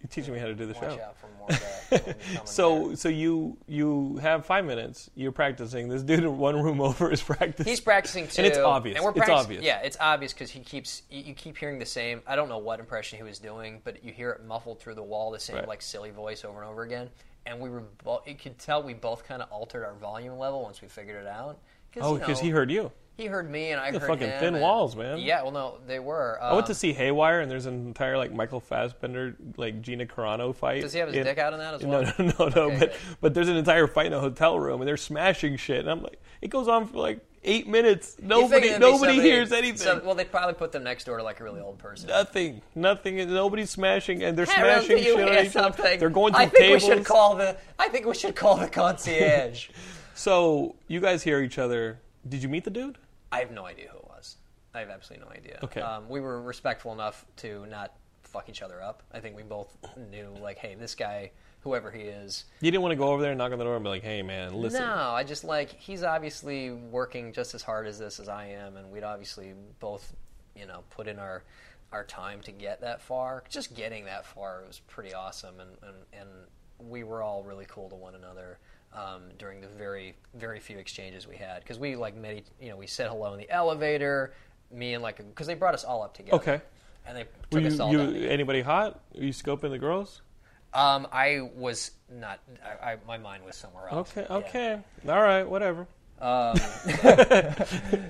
S1: you're teaching me how to do the
S3: Watch
S1: show.
S3: out for more of that. when we come in
S1: So
S3: there.
S1: so you you have five minutes. You're practicing. This dude in one room over is practicing.
S3: he's practicing too,
S1: and it's obvious.
S3: And we're
S1: It's
S3: practicing,
S1: obvious.
S3: Yeah, it's obvious because he keeps you, you keep hearing the same. I don't know what impression he was doing, but you hear it muffled through the wall, the same
S1: Right.
S3: like silly voice over and over again. And we were, bo- you could tell we both kind of altered our volume level once we figured it out.
S1: Oh,
S3: you
S1: because
S3: know,
S1: he heard you.
S3: he heard me and I heard
S1: fucking
S3: him
S1: thin
S3: and-
S1: walls, man.
S3: Yeah, well, no, they were. um,
S1: I went to see Haywire, and there's an entire like Michael Fassbender, like Gina Carano fight.
S3: Does he have his
S1: in-
S3: dick out in that as
S1: No,
S3: well?
S1: no, no, no.
S3: Okay,
S1: but
S3: good.
S1: but there's an entire fight in a hotel room, and they're smashing shit. And I'm like, it goes on for like eight minutes.
S3: You figure
S1: Nobody,
S3: there'd be
S1: nobody
S3: somebody-
S1: hears anything.
S3: some- well, they probably put them next door to like a really old person.
S1: nothing, nothing. and Nobody's smashing, and they're
S3: Hey, Ron,
S1: smashing
S3: do you
S1: shit on
S3: hear
S1: each other.
S3: something?
S1: They're going through
S3: I think
S1: tables.
S3: we should call the. I think we should call the concierge.
S1: So you guys hear each other. Did you meet the dude?
S3: I have no idea who it was. I have absolutely no idea.
S1: Okay.
S3: Um, we were respectful enough to not fuck each other up. I think we both knew, like, hey, this guy, whoever he is.
S1: You didn't want to go over there and knock on the door and be like, "Hey, man, listen."
S3: No, I just like he's obviously working just as hard as this as I am, and we'd obviously both you know put in our our time to get that far. Just getting that far was pretty awesome, and and, and we were all really cool to one another. Um, during the very very few exchanges we had, because we like many, you know, we said hello in the elevator. Me and like, because they brought us all up together.
S1: Okay.
S3: And they
S1: Were
S3: took us
S1: you,
S3: all.
S1: you
S3: down.
S1: anybody hot? Were you scoping the girls?
S3: Um, I was not. I, I my mind was somewhere else.
S1: Okay,
S3: Yeah.
S1: okay, all right, whatever.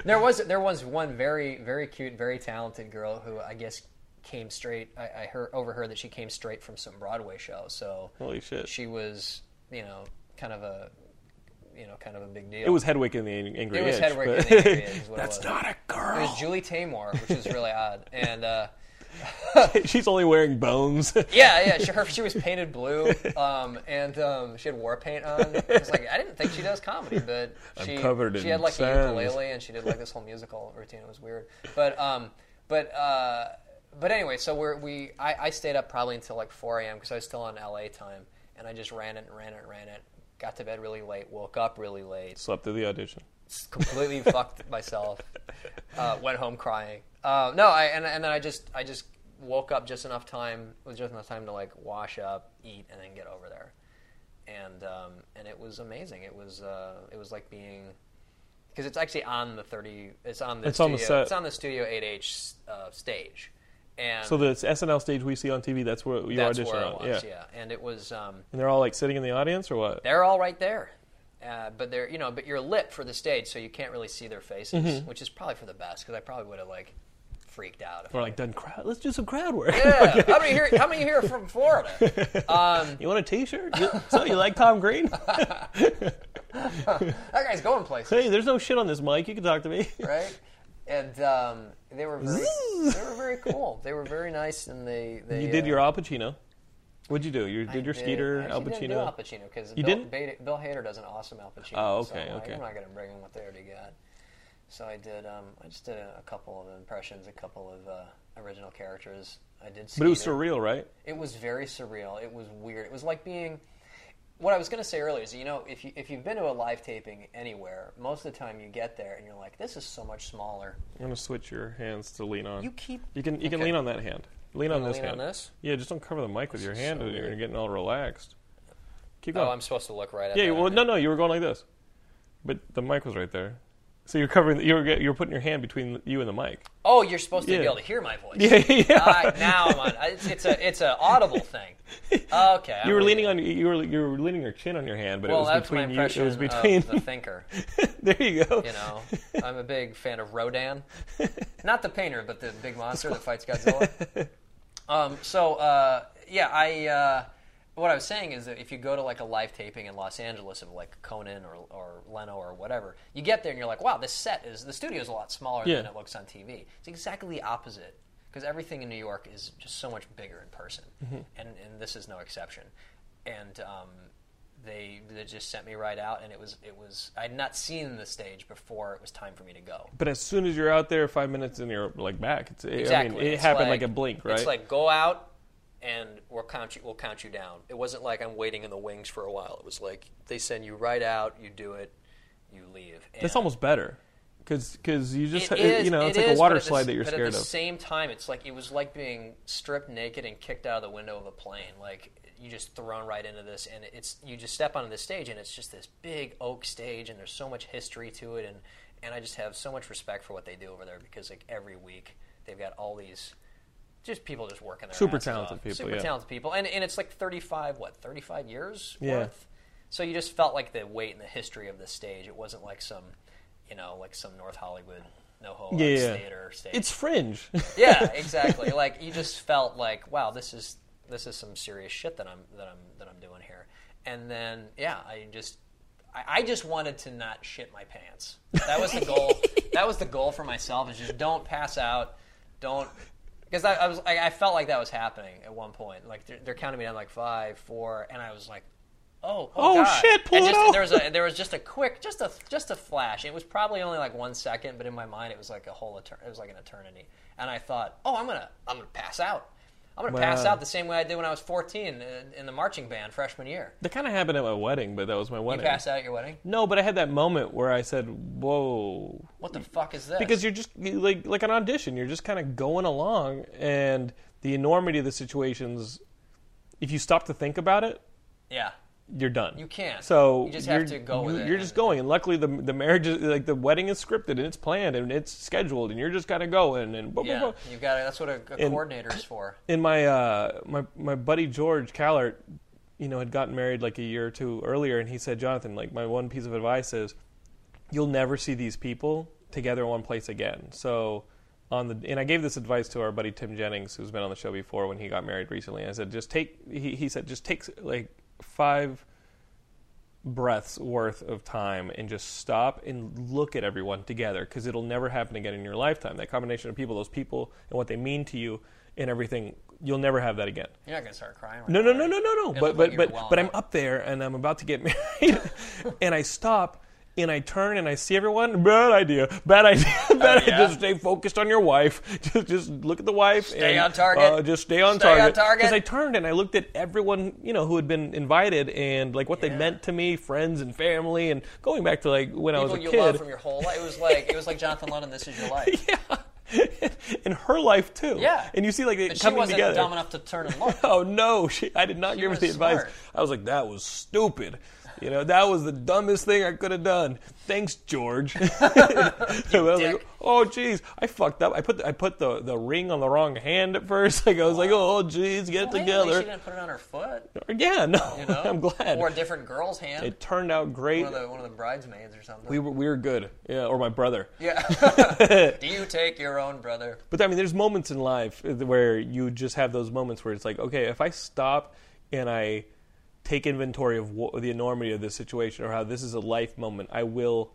S3: There was there was one very very cute, very talented girl who I guess came straight. I, I heard overheard that she came straight from some Broadway show. So
S1: Holy shit!
S3: she was you know kind of a you know kind of a big deal.
S1: it was Hedwig in the Ang- Angry
S3: it was
S1: Inch,
S3: Hedwig.
S1: but-
S3: and Angry Inch is what it
S1: That's
S3: was.
S1: not a
S3: It was
S1: girl.
S3: Julie Taymor, which is really odd, and. uh
S1: She's only wearing bones.
S3: Yeah, yeah. She, her, she was painted blue, um, and um, she had war paint on. It's like I didn't think she does comedy, but she
S1: covered
S3: she
S1: in
S3: had like a
S1: sand.
S3: ukulele and she did like this whole musical routine. It was weird, but um, but uh, but anyway, so we're, we I, I stayed up probably until like 4 a.m. because I was still on LA time, and I just ran it and ran it and ran it. Got to bed really late, woke up really late,
S1: Slept through the audition.
S3: completely fucked myself. Uh, went home crying. Uh, no, I and, and then I just I just woke up just enough time with just enough time to like wash up, eat, and then get over there. And um, and it was amazing. It was uh, it was like being because it's actually on the thirty. It's on the
S1: It's on
S3: studio,
S1: the set.
S3: It's on the Studio Eight H uh, stage. And
S1: So the SNL stage we see on TV, that's where you
S3: that's
S1: audition
S3: where
S1: on.
S3: it was. Yeah. and it was. Um,
S1: And they're all like sitting in the audience or what?
S3: they're all right there. Uh, but they're you know, but you're lit for the stage, so you can't really see their faces,
S1: Mm-hmm.
S3: which is probably for the best because I probably would have like freaked out. If
S1: Or like done crowd. Let's do some crowd work.
S3: yeah, how many here? How many here are from Florida?
S1: You want a T-shirt? You- so you like Tom Green?
S3: That guy's going places,
S1: hey, there's no shit on this mic. You can talk to me.
S3: right? And um, they were very, they were very cool. They were very nice, and they, they
S1: You did
S3: uh,
S1: your Al Pacino. What'd you do? You
S3: I
S1: did your
S3: did-
S1: Skeeter
S3: I
S1: Al
S3: actually didn't do Al
S1: Pacino.
S3: Pacino because
S1: You
S3: Bill,
S1: didn't?
S3: Bata- Bill Hader does an awesome Al Pacino.
S1: Oh,
S3: so
S1: okay,
S3: I'm, like,
S1: okay.
S3: I'm not gonna bring him what they already got. So I did. Um, I just did a, a couple of impressions, a couple of uh, original characters. I did.
S1: But it was
S3: Skeeter.
S1: surreal, right?
S3: It was very surreal. It was weird. It was like being. What I was going to say earlier is, you know, if you if you've been to a live taping anywhere, most of the time you get there and you're like, this is so much smaller.
S1: I'm gonna switch your hands to lean on.
S3: You keep.
S1: You can you can
S3: Okay.
S1: lean on that hand. Lean on
S3: gonna
S1: this
S3: lean on
S1: hand.
S3: this?
S1: Yeah, just don't cover the mic with your
S3: is
S1: hand.
S3: so
S1: and you're
S3: weird.
S1: getting all relaxed. Keep going.
S3: Oh, I'm supposed to look right at.
S1: yeah.
S3: that,
S1: Well,
S3: aren't
S1: no,
S3: I?
S1: no. You were going like this, but the mic was right there. So you're covering. You were get- you were putting your hand between you and the mic.
S3: Oh, you're supposed to
S1: Yeah.
S3: be able to hear my voice.
S1: Yeah, yeah.
S3: All right, Uh, now I'm on. It's, it's a it's a audible thing. Okay. I'm
S1: you were
S3: with
S1: leaning on you were you were leaning your chin on your hand, but
S3: Well,
S1: it was
S3: that's my
S1: between you. It
S3: impression
S1: was between.
S3: of the thinker.
S1: there you go.
S3: You know, I'm a big fan of Rodan, not the painter, but the big monster that fights Godzilla. Um, so uh, yeah, I uh, what I was saying is that if you go to like a live taping in Los Angeles of like Conan or or Leno or whatever, you get there and you're like, wow, this set is the studio's a lot smaller than
S1: Yeah.
S3: it looks on TV. It's exactly the opposite because everything in New York is just so much bigger in person, and and this is no exception. And um, they they just sent me right out, and it was it was I had not seen the stage before it was time for me to go.
S1: But as soon as you're out there, five minutes and you're like back. It's, I
S3: Exactly.
S1: mean, it
S3: It's
S1: happened like, a blink, right?
S3: It's like go out and we'll count you. We'll count you down. It wasn't like I'm waiting in the wings for a while. It was like they send you right out. You do it. You leave. And
S1: That's almost better, because you just
S3: it
S1: it-
S3: is-
S1: you know it's
S3: it
S1: like a
S3: is,
S1: water
S3: but at the
S1: slide
S3: s-
S1: that you're
S3: but
S1: scared
S3: at the
S1: of.
S3: same time, it's like it was like being stripped naked and kicked out of the window of a plane. Like you just thrown right into this, and it's you just step onto the stage, and it's just this big oak stage, and there's so much history to it, and and I just have so much respect for what they do over there because like every week they've got all these. Just people just working their
S1: Super
S3: asses
S1: talented
S3: off.
S1: people,
S3: super
S1: yeah.
S3: talented people, and and it's like thirty five what thirty five years
S1: Yeah.
S3: worth. So you just felt like the weight and the history of the stage. It wasn't like some, you know, like some North Hollywood no ho
S1: Yeah, yeah.
S3: theater stage.
S1: It's fringe.
S3: yeah, exactly. like you just felt like, wow, this is this is some serious shit that I'm that I'm that I'm doing here. And then yeah, I just I, I just wanted to not shit my pants. That was the goal. that was the goal for myself is just don't pass out, don't. Because I, I was, I, I felt like that was happening at one point. Like they're, they're counting me down, like five, four, and I was like, "Oh, oh,
S1: Oh,
S3: God.
S1: shit,
S3: And just-
S1: Pluto.
S3: there was a, there was just a quick, just a just a flash. It was probably only like one second, but in my mind, it was like a whole. Etern- it was like an eternity. And I thought, oh, I'm gonna I'm gonna pass out. I'm gonna pass
S1: Wow.
S3: out the same way I did when I was 14 in, in the marching band freshman year.
S1: That kind of happened at my wedding, but that was my
S3: You
S1: wedding.
S3: passed out at your wedding.
S1: No, but I had that moment where I said, "Whoa,"
S3: What the fuck is this?
S1: because you're just you- like like an audition. You're just kind of going along, and the enormity of the situations. If you stop to think about it,
S3: yeah,
S1: you're done.
S3: You can't.
S1: So
S3: You just have
S1: you're-
S3: to go with
S1: you-
S3: it.
S1: You're just going, and luckily the the marriage is like the wedding is scripted and it's planned and it's scheduled, and you're just kind of going and blah, blah,
S3: yeah,
S1: blah.
S3: you got to That's what a, a coordinator is for.
S1: And my uh my my buddy George Callert, you know, had gotten married like a year or two earlier, and he said, Jonathan, like my one piece of advice is, you'll never see these people together in one place again. So. On the and I gave this advice to our buddy Tim Jennings, who's been on the show before when he got married recently. I said, just take. He, he said, just take like five breaths worth of time and just stop and look at everyone together because it'll never happen again in your lifetime. That combination of people, those people, and what they mean to you and everything, you'll never have that again.
S3: You're not gonna start crying. Right
S1: No,
S3: now,
S1: no, no,
S3: are
S1: no,
S3: you?
S1: no, no.
S3: It
S1: But
S3: looked like
S1: but
S3: you were
S1: but
S3: welling
S1: but I'm
S3: up.
S1: up there and I'm about to get married, and I stop and I turn and I see everyone. Bad idea. Bad idea. Bad idea.
S3: Oh, yeah?
S1: Just stay focused on your wife. Just just look at the wife.
S3: Stay
S1: and,
S3: on target.
S1: Uh, just stay on
S3: Stay on
S1: target.
S3: target.
S1: Because I turned and I looked at everyone you know who had been invited and like what they
S3: Yeah.
S1: meant to me, friends and family, and going back to like when I
S3: People
S1: was a
S3: you
S1: kid.
S3: love from your whole life. It was like it was like Jonathan London. This is your life.
S1: yeah. In her life too.
S3: Yeah.
S1: And you see like it
S3: But she
S1: coming
S3: wasn't
S1: together.
S3: dumb enough to turn and look.
S1: oh no she, i did not
S3: She
S1: give her
S3: was
S1: the advice
S3: smart.
S1: i was like that was stupid you know that was the dumbest thing i could have done thanks george And I was like,
S3: dick.
S1: oh jeez i fucked up i put the, i put the, the ring on the wrong hand at first like i was like oh jeez get it
S3: Well, hey, at least She
S1: together
S3: didn't put it on her foot.
S1: yeah no
S3: You know?
S1: i'm glad
S3: Or a different girl's hand.
S1: it turned out great
S3: one, of the, one of the bridesmaids or something.
S1: we were, we were good yeah or my brother
S3: yeah. Do you take your own brother?
S1: But I mean, there's moments in life uh, where you just have those moments where it's like, okay, if I stop and I take inventory of wha- the enormity of this situation or how this is a life moment, I will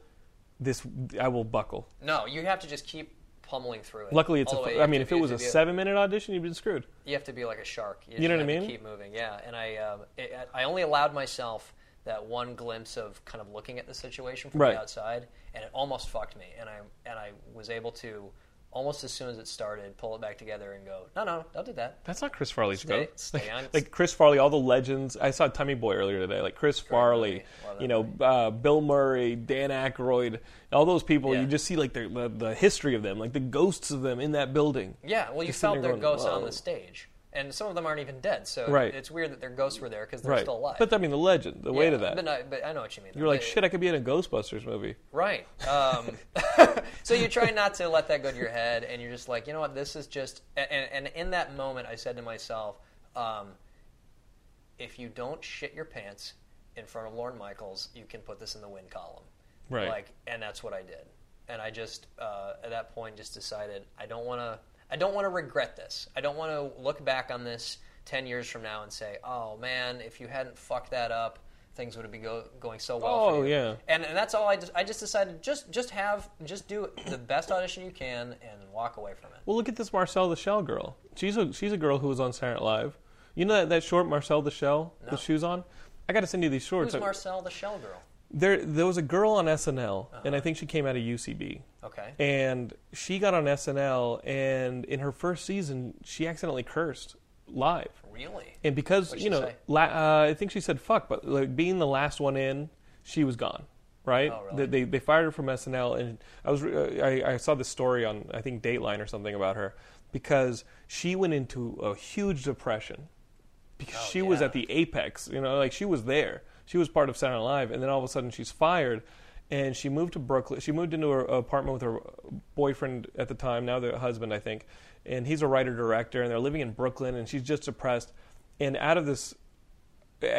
S1: this I will buckle.
S3: No, you have to just keep pummeling through it.
S1: Luckily, it's a
S3: All the way.
S1: f
S3: You
S1: I I
S3: have
S1: mean,
S3: to
S1: if
S3: be-
S1: it
S3: you
S1: was a
S3: have to be
S1: seven-minute audition, you've been screwed.
S3: you have to be like a shark. You,
S1: You know
S3: just
S1: what I
S3: have to
S1: mean?
S3: keep moving, yeah. And I, um, it, I only allowed myself that one glimpse of kind of looking at the situation from
S1: Right.
S3: the outside, and it almost fucked me. And I and I was able to almost as soon as it started pull it back together and go, no, no, don't do that.
S1: That's not Chris Farley's
S3: Stay-
S1: show.
S3: stay
S1: like,
S3: on-
S1: like Chris Farley, all the legends. I saw Tummy Boy earlier today. Like Chris Farley,
S3: movie. Love that
S1: you know, uh, Bill Murray, Dan Aykroyd, all those people.
S3: Yeah.
S1: You just see like the, the the history of them, like the ghosts of them in that building.
S3: Yeah, well, you
S1: Just sitting
S3: felt
S1: there
S3: their
S1: going,
S3: ghosts on
S1: "Whoa."
S3: the stage, and some of them aren't even dead. So
S1: Right.
S3: it's weird that their ghosts were there because they're
S1: right.
S3: still alive.
S1: But I mean, the legend, the
S3: Yeah,
S1: weight of that.
S3: But, no, but I know what you mean.
S1: You're like, shit, I could be in a Ghostbusters movie.
S3: Right. Um, so you try not to let that go to your head, and you're just like, you know what, this is just. a- And, and in that moment, I said to myself, um, if you don't shit your pants in front of Lauren Michaels, you can put this in the win column.
S1: Right.
S3: Like, and that's what I did. And I just uh, at that point just decided I don't want to. I don't want to regret this. I don't want to look back on this ten years from now and say, "Oh man, if you hadn't fucked that up, things would have been go- going so well." for
S1: Oh,
S3: you."
S1: yeah.
S3: And, and that's all I just. I just decided just just have just do the best audition you can and walk away from it.
S1: Well, look at this Marcel the Shell girl. She's a she's a girl who was on Saturday Night Live. You know that, that short Marcel the Shell with shoes on. I got to send you these shorts.
S3: Who's Marcel the Shell Girl?
S1: there, there was a girl on SNL, and I think she came out of UCB.
S3: Uh-huh. Okay.
S1: And she got on SNL, and in her first season, she accidentally cursed live.
S3: Really?
S1: And because
S3: What'd
S1: you
S3: she
S1: know,
S3: say?
S1: la- uh, I think she said fuck, but like being the last one in, she was gone. Right?
S3: Oh, really?
S1: they, they they fired her from SNL, and I was re- uh, I, I saw this story on I think Dateline or something about her because she went into a huge depression because she was
S3: yeah.
S1: at the apex. You know, like she was there. She was part of Saturday Night Live, and then all of a sudden she's fired, and she moved to Brooklyn. She moved into her apartment with her boyfriend at the time, now the husband, I think, and he's a writer director, and they're living in Brooklyn, and she's just depressed, and out of this,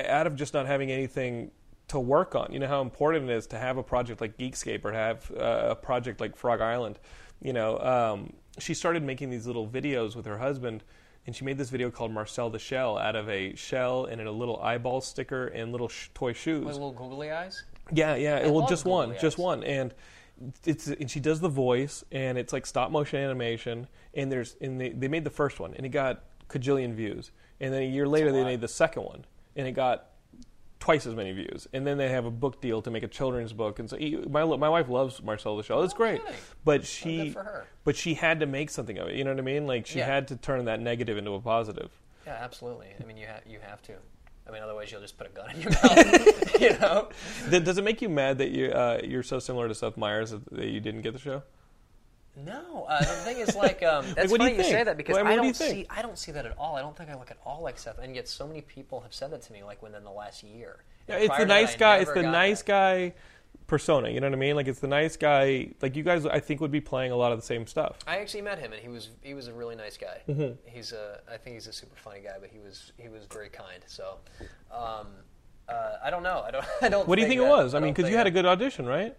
S1: out of just not having anything to work on. You know how important it is to have a project like Geekscape or to have uh, a project like Frog Island. You know, um, she started making these little videos with her husband, and she made this video called Marcel the Shell out of a shell and a little eyeball sticker and little sh- toy shoes.
S3: With little googly eyes.
S1: Yeah, yeah. well,
S3: love
S1: just
S3: Google
S1: one, just
S3: Eyes.
S1: one, and it's and she does the voice, and it's like stop motion animation, and there's and they they made the first one, and it got cajillion views, and then a year later they
S3: lot.
S1: made the second one, and it got twice as many views, and then they have a book deal to make a children's book. And so he, my lo- my wife loves Marcel the Shell. It's great,
S3: kidding. Oh,
S1: but she
S3: good for her.
S1: but she had to make something of it. You know what I mean? Like she
S3: Yeah.
S1: had to turn that negative into a positive.
S3: Yeah, absolutely. I mean, you have you have to. I mean, otherwise you'll just put a gun in your mouth. you know.
S1: Th- Does it make you mad that you uh, you're so similar to Seth Meyers that that you didn't get the show?
S3: No, uh, the thing is, like, um, that's
S1: what do you
S3: funny you, say
S1: think?
S3: that because
S1: Well, I mean,
S3: I
S1: what do
S3: don't
S1: you think?
S3: see, I don't see that at all. I don't think I look at all like Seth, and yet so many people have said that to me, like within the last year.
S1: Yeah,
S3: And
S1: it's
S3: prior
S1: the
S3: to that,
S1: nice
S3: I
S1: guy. It's
S3: never
S1: the
S3: got
S1: nice
S3: that.
S1: guy persona. You know what I mean? Like it's the nice guy. Like you guys, I think would be playing a lot of the same stuff.
S3: I actually met him, and he was he was a really nice guy.
S1: Mm-hmm.
S3: He's a I think he's a super funny guy, but he was he was very kind. So, um, uh, I don't know. I don't. I don't.
S1: What do you think it
S3: that-
S1: was? I
S3: don't
S1: mean, because
S3: think
S1: you had a
S3: that-
S1: good audition, right?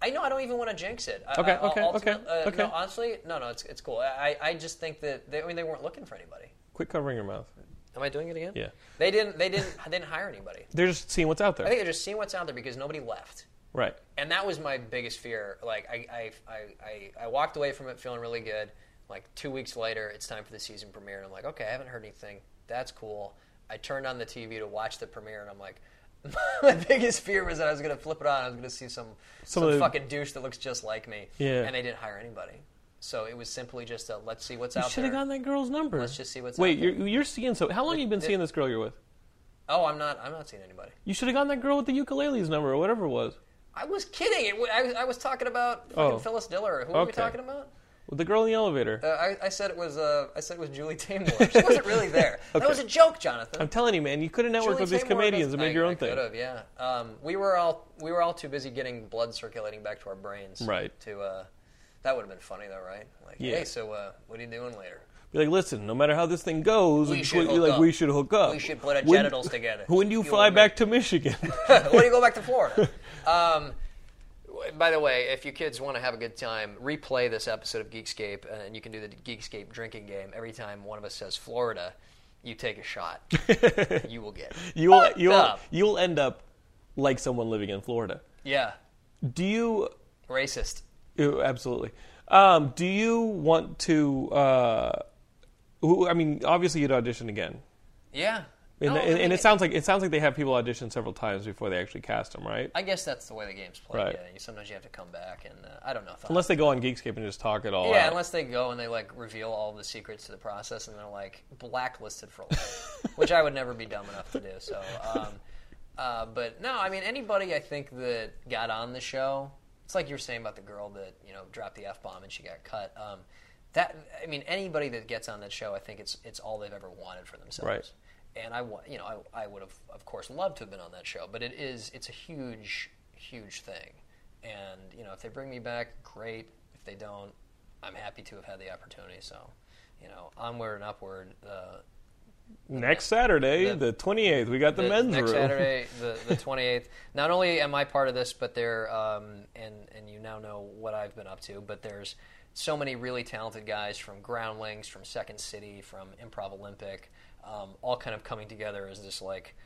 S3: I know I don't even want to jinx it. I,
S1: Okay,
S3: I- I'll-
S1: okay,
S3: I'll-
S1: okay,
S3: uh,
S1: okay.
S3: No, honestly, no, no, it's it's cool. I I I just think that they, I mean they weren't looking for anybody.
S1: Quit covering your mouth.
S3: Am I doing it again?
S1: Yeah.
S3: They didn't. They didn't. They didn't hire anybody.
S1: They're just seeing what's out there,
S3: I think they're just seeing what's out there because nobody left.
S1: right?
S3: And that was my biggest fear. Like I, I, I, I, I walked away from it feeling really good. Like two weeks later, it's time for the season premiere, and I'm like, okay, I haven't heard anything. That's cool. I turned on the TV to watch the premiere, and I'm like, my biggest fear was that I was going to flip it on. I was going to see some
S1: Some
S3: some,
S1: of the-
S3: fucking douche that looks just like me.
S1: Yeah.
S3: And they didn't hire anybody, so it was simply just a let's see what's out
S1: Should have
S3: there.
S1: gotten that girl's number.
S3: Let's just see what's
S1: Wait,
S3: out there.
S1: you're you're seeing so. How long have you been
S3: the-
S1: seeing this girl you're with?
S3: oh, I'm not. I'm not seeing anybody.
S1: You should have gotten that girl with the ukulele's number or whatever it was.
S3: I was kidding. It, wa- I, was, I was talking about fucking
S1: Oh.
S3: Phyllis Diller. Who were we
S1: Okay.
S3: talking about?
S1: With the girl in the elevator.
S3: Uh, I, I said it was. Uh, I said it was Julie Taymor. She wasn't really there. That was a joke, Jonathan.
S1: I'm telling you, man, you could have networked
S3: Julie
S1: with these
S3: Taymor
S1: comedians and
S3: doesn't-
S1: made your
S3: I-
S1: own
S3: I
S1: thing.
S3: could've, yeah. Um, we were all we were all too busy getting blood circulating back to our brains.
S1: Right.
S3: To uh, that would have been funny though, right? Like,
S1: Yeah.
S3: hey, so uh, what are you doing later?
S1: Be like, listen, no matter how this thing goes,
S3: We
S1: it's
S3: should
S1: what-
S3: hook
S1: like
S3: up.
S1: we should hook up.
S3: We should put our
S1: When-
S3: genitals together.
S1: When do you,
S3: You
S1: fly
S3: and me.
S1: back to Michigan?
S3: when do you go back to Florida? Um, w- by the way, if you kids want to have a good time, replay this episode of Geekscape, uh, and you can do the Geekscape drinking game. Every time one of us says Florida, you take a shot. you will get. it.
S1: you will, you will,
S3: up.
S1: you will end up like someone living in Florida.
S3: Yeah,
S1: Do you?
S3: racist.
S1: ew, Absolutely. Um, do you want to? Uh, who- I mean, obviously, you'd audition again.
S3: Yeah.
S1: And,
S3: No, I
S1: and, and
S3: mean,
S1: it sounds like it sounds like they have people audition several times before they actually cast them, right?
S3: I guess that's the way the game's played.
S1: Right.
S3: Yeah. You, sometimes you have to come back, and uh, I don't know. If I-
S1: Unless they go on Geekscape and just talk it all
S3: yeah,
S1: out.
S3: unless they go and they like reveal all the secrets to the process, and they're like blacklisted for life, which I would never be dumb enough to do. So, um, uh, but no, I mean anybody I think that got on the show, it's like you were saying about the girl that you know dropped the f bomb and she got cut. Um, that I mean anybody that gets on that show, I think it's it's all they've ever wanted for themselves.
S1: Right.
S3: And I wa- you know I, I would have of course loved to have been on that show, but it is it's a huge huge thing. And you know if they bring me back, great. If they don't, I'm happy to have had the opportunity. So, you know, onward and upward. Uh,
S1: Next Saturday,
S3: The-
S1: the twenty eighth, we got the,
S3: the-
S1: men's
S3: next
S1: room.
S3: Saturday, the, the 28th. Not only am I part of this, but there, um, and and you now know what I've been up to. But there's so many really talented guys from Groundlings, from Second City, from Improv Olympic, um, all kind of coming together as this like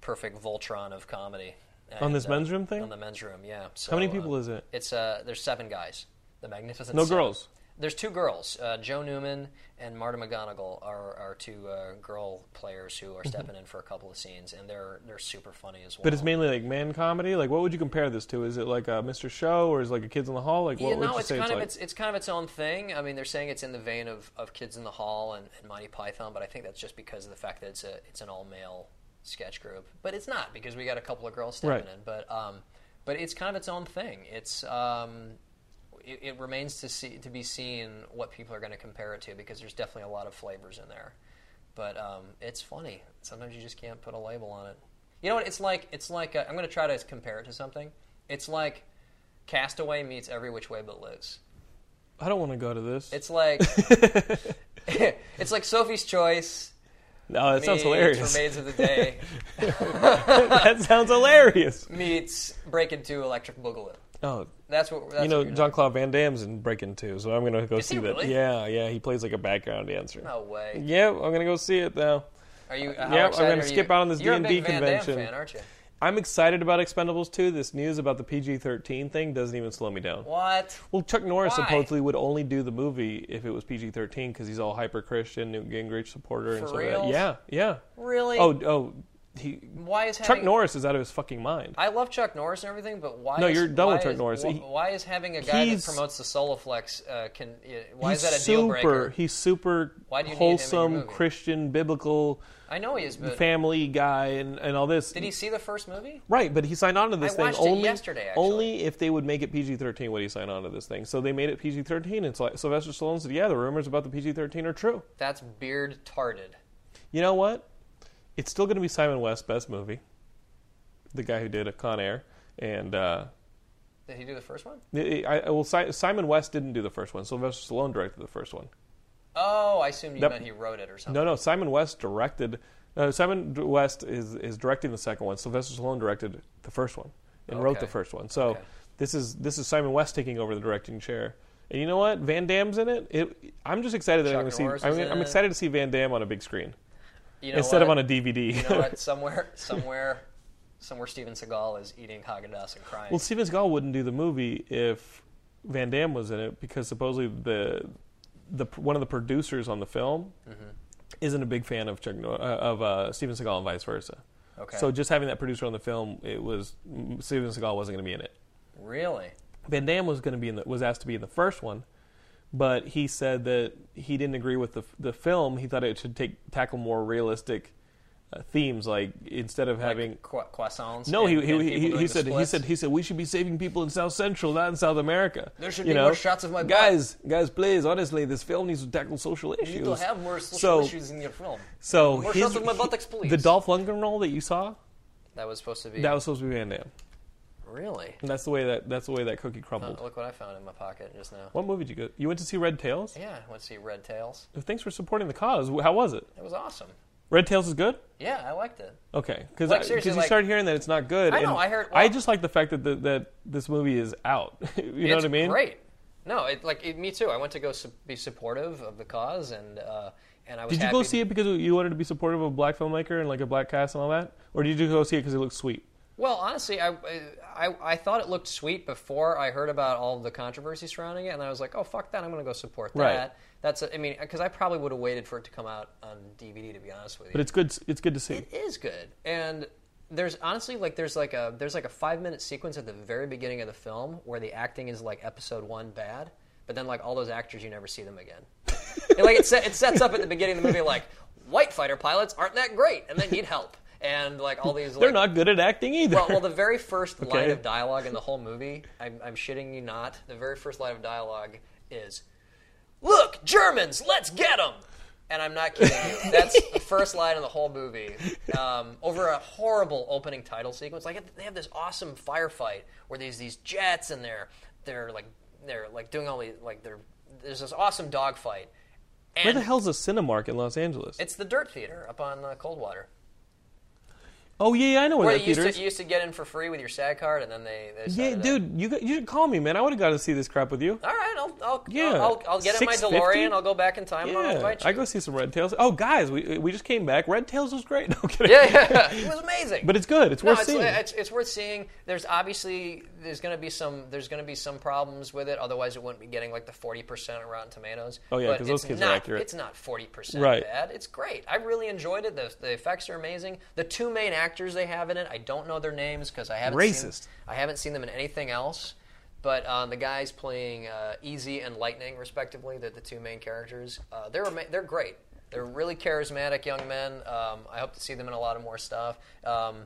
S3: perfect Voltron of comedy.
S1: On this
S3: And, uh,
S1: men's room thing?
S3: On the men's room, yeah. So,
S1: How many
S3: uh,
S1: people is it?
S3: It's uh, there's seven guys. The Magnificent.
S1: No
S3: Seven.
S1: girls?
S3: There's two girls. Uh, Joe Newman and Marta McGonigal are, are two uh, girl players who are stepping in for a couple of scenes, and they're they're super funny as well.
S1: Mm-hmm. But it's mainly like man comedy. Like, what would you compare this to? Is it like a Mr. Show or is it like a Kids in the Hall? Like, what
S3: yeah,
S1: would
S3: no,
S1: you
S3: it's
S1: say
S3: kind of
S1: like?
S3: it's, it's kind of its own thing. I mean, they're saying it's in the vein of, of Kids in the Hall and, and Monty Python, but I think that's just because of the fact that it's a it's an all male sketch group. But it's not because we got a couple of girls stepping
S1: Right.
S3: in. But um, but it's kind of its own thing. It's um, it, it remains to see to be seen what people are going to compare it to because there's definitely a lot of flavors in there. But um, it's funny. Sometimes you just can't put a label on it. You know what? It's like it's like uh, I'm going to try to compare it to something. It's like Castaway meets Every Which Way But Loose.
S1: I don't want to go to this.
S3: It's like it's like Sophie's Choice.
S1: no, that sounds
S3: meets
S1: hilarious.
S3: Remains of the Day
S1: that sounds hilarious.
S3: meets Break Into Electric Boogaloo.
S1: Oh,
S3: That's what that's
S1: you know,
S3: what you're
S1: John Claude Van Damme's in Breaking Two, so I'm gonna go
S3: Is
S1: see
S3: he
S1: that.
S3: really?
S1: Yeah, yeah, he plays like a background dancer.
S3: No way.
S1: Yeah, I'm gonna go see it now.
S3: Are you?
S1: I'm
S3: How
S1: gonna
S3: excited are
S1: skip
S3: you?
S1: out on this
S3: You're
S1: D&D
S3: a big Van Damme
S1: convention.
S3: fan, aren't you?
S1: I'm excited about Expendables 2. This news about the PG-13 thing doesn't even slow me down.
S3: What?
S1: Well, Chuck Norris
S3: Why?
S1: supposedly would only do the movie if it was PG-13 because he's all hyper Christian, Newt Gingrich supporter, and
S3: For
S1: so that.
S3: reals?
S1: Yeah, yeah.
S3: Really?
S1: Oh, oh, he
S3: Why is
S1: Chuck
S3: having-
S1: Norris is out of his fucking mind.
S3: I love Chuck Norris and everything, but why?
S1: No,
S3: is,
S1: you're done
S3: why
S1: with Chuck
S3: is-
S1: Norris.
S3: wh- Why,
S1: He-
S3: is having a guy that
S1: he's-
S3: promotes the Soloflex uh, can? uh, Why is
S1: he's
S3: that a deal
S1: super,
S3: breaker?
S1: He's super
S3: Why do you need him in your
S1: wholesome
S3: movie?
S1: Christian biblical
S3: I know he is, but
S1: family guy and, and all this.
S3: did he see the first movie?
S1: Right, but he signed on to this
S3: I
S1: thing
S3: watched it
S1: only
S3: yesterday, actually.
S1: only if they would make it PG thirteen would he sign on to this thing. So they made it PG thirteen, and Syl- Sylvester Stallone said, "Yeah, the rumors about the PG thirteen are true."
S3: That's beard tarded.
S1: You know what? It's still going to be Simon West's best movie, the guy who did a Con Air, and uh,
S3: Did he do the first one?
S1: it- I, I will. Si- Simon West didn't do the first one. Sylvester Stallone directed the first one.
S3: Oh, I assumed you
S1: That-
S3: meant he wrote it or something.
S1: No, no. Simon West directed. Uh, Simon D- West is is directing the second one. Sylvester Stallone directed the first one and wrote the
S3: Okay.
S1: first one. So
S3: Okay.
S1: this is this is Simon West taking over the directing chair. And you know what? Van Damme's in it. it I'm just excited that I'm
S3: Chuck
S1: going to see.
S3: Norris
S1: I'm,
S3: is in
S1: I'm
S3: it.
S1: excited to see Van Damme on a big screen
S3: You know
S1: instead of
S3: what?
S1: on a DVD.
S3: You know what? Somewhere, somewhere, somewhere, Steven Seagal is eating Haagen-Dazs and crying.
S1: well, Steven Seagal wouldn't do the movie if Van Damme was in it because supposedly the the one of the producers on the film
S3: Mm-hmm.
S1: isn't a big fan of Chuck, Nor- uh, of uh, Steven Seagal and vice versa.
S3: Okay.
S1: So just having that producer on the film, it was mm, Steven Seagal wasn't going to be in it.
S3: really?
S1: Van Damme was going to be in the, was asked to be in the first one, but he said that he didn't agree with the the film. He thought it should take tackle more realistic uh, themes, like instead of having
S3: like qu- croissants?
S1: no, he
S3: and-
S1: he,
S3: and
S1: he,
S3: people
S1: he,
S3: doing
S1: he
S3: the
S1: said he
S3: splits?
S1: said he said we should be saving people in South Central, not in South America.
S3: There should
S1: You
S3: be
S1: know?
S3: more shots of my butt.
S1: guys. Guys, please, honestly, this film needs to tackle social issues.
S3: You need to have more social
S1: so,
S3: issues in your film.
S1: So
S3: more
S1: his-
S3: shots of my buttocks, please.
S1: the Dolph Lundgren role that you saw
S3: That was supposed to be.
S1: that was supposed to be Van Damme.
S3: really. Uh,
S1: And that's the way that that's the way that cookie crumbled.
S3: Look what I found in my pocket just now.
S1: What movie did you go? You went to see Red Tails.
S3: Yeah, I went to see Red Tails.
S1: Thanks for supporting the cause. How was it?
S3: It was awesome.
S1: Red Tails is good.
S3: Yeah, I liked it.
S1: Okay, because
S3: Like, seriously,
S1: you
S3: like-
S1: started hearing that it's not good.
S3: I know,
S1: and
S3: I heard-
S1: I
S3: well-
S1: just like the fact that the, that this movie is out. you know what
S3: it's
S1: I mean?
S3: Great. No, it, like it, me too. I went to go su- be supportive of the cause, and uh, and I was.
S1: Did you
S3: happy
S1: go
S3: to-
S1: see it because you wanted to be supportive of a black filmmaker and like a black cast and all that, or did you go see it because it looked sweet?
S3: Well, honestly, I, I I thought it looked sweet before I heard about all the controversy surrounding it, and I was like, oh fuck that, I'm going to go support that.
S1: Right.
S3: That's a, I mean, because I probably would have waited for it to come out on DVD to be honest with you.
S1: But it's good. It's good to see.
S3: It is good, and there's honestly like there's like a there's like a five minute sequence at the very beginning of the film where the acting is like episode one bad, but then like all those actors you never see them again. and, like it, set, it sets up at the beginning of the movie like white fighter pilots aren't that great and they need help and like all these
S1: They're
S3: like,
S1: not good at acting either.
S3: well, well, the very first line
S1: Okay.
S3: of dialogue in the whole movie, I'm, I'm shitting you not, the very first line of dialogue is, Look, Germans, let's get them! And I'm not kidding you. That's the first line of the whole movie. Um, over a horrible opening title sequence, like they have this awesome firefight where there's these jets and they're they're like they're like doing all these like they're there's this awesome dogfight. And
S1: Where the hell's a Cinemark in Los Angeles?
S3: It's the Dirt Theater up on uh, Coldwater.
S1: oh yeah, yeah, I know where
S3: Where
S1: that
S3: you used,
S1: theater
S3: to,
S1: is.
S3: you used to get in for free with your SAG card, and then they, they
S1: Yeah,
S3: started uh, a-
S1: dude, you got- you should call me, man. I would have got to see this crap with you.
S3: All right, I'll I'll,
S1: Yeah,
S3: I'll, I'll, I'll get in my
S1: 650?
S3: DeLorean. I'll go back in time and I'll
S1: Yeah,
S3: invite you.
S1: I go see some Red Tails. Oh, guys, we we just came back. Red Tails was great. No I'm kidding.
S3: yeah, yeah, it was amazing.
S1: But it's good. It's
S3: no,
S1: worth
S3: it's,
S1: seeing.
S3: it's it's worth seeing. There's obviously there's going to be some there's going to be some problems with it. Otherwise, it wouldn't be getting like the forty percent Rotten Tomatoes.
S1: Oh, yeah,
S3: But
S1: 'cause those
S3: it's
S1: kids are
S3: not,
S1: accurate.
S3: It's not forty percent
S1: Right.
S3: bad. It's great. I really enjoyed it. The, the effects are amazing. The two main actors they have in it, I don't know their names because I haven't
S1: Racist.
S3: Seen, I haven't seen them in anything else. But um, the guys playing uh, Easy and Lightning, respectively, they're the two main characters. Uh, they're ama- they're great. They're really charismatic young men. Um, I hope to see them in a lot of more stuff. Um,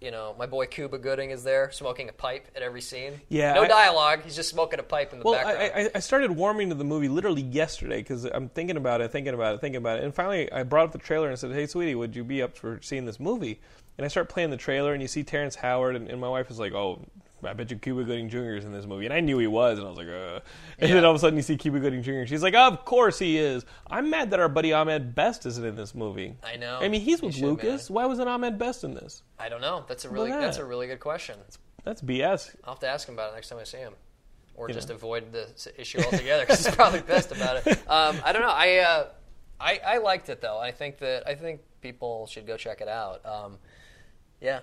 S3: you know, my boy Cuba Gooding is there smoking a pipe at every scene.
S1: Yeah,
S3: no
S1: I-
S3: dialogue. He's just smoking a pipe in the
S1: well,
S3: background.
S1: I, I, I started warming to the movie literally yesterday because I'm thinking about it, thinking about it, thinking about it, and finally I brought up the trailer and said, "Hey, sweetie, would you be up for seeing this movie?" And I start playing the trailer, and you see Terrence Howard, and, and my wife is like, "Oh." I bet you Cuba Gooding Jr. is in this movie, and I knew he was, and I was like, "Uh." And then all of a sudden, you see Cuba Gooding Jr. and She's like, "Of course he is." I'm mad that our buddy Ahmed Best isn't in this movie.
S3: I know.
S1: I mean, he's with
S3: You should,
S1: Lucas. Why wasn't Ahmed Best in this?
S3: I don't know. That's a really
S1: at
S3: that's
S1: that.
S3: a really good question.
S1: That's BS.
S3: I'll have to ask him about it next time I see him, or just avoid the s- issue altogether because he's probably pissed about it. Um, I don't know. I, uh, I I liked it though. I think that I think people should go check it out. Um, yeah,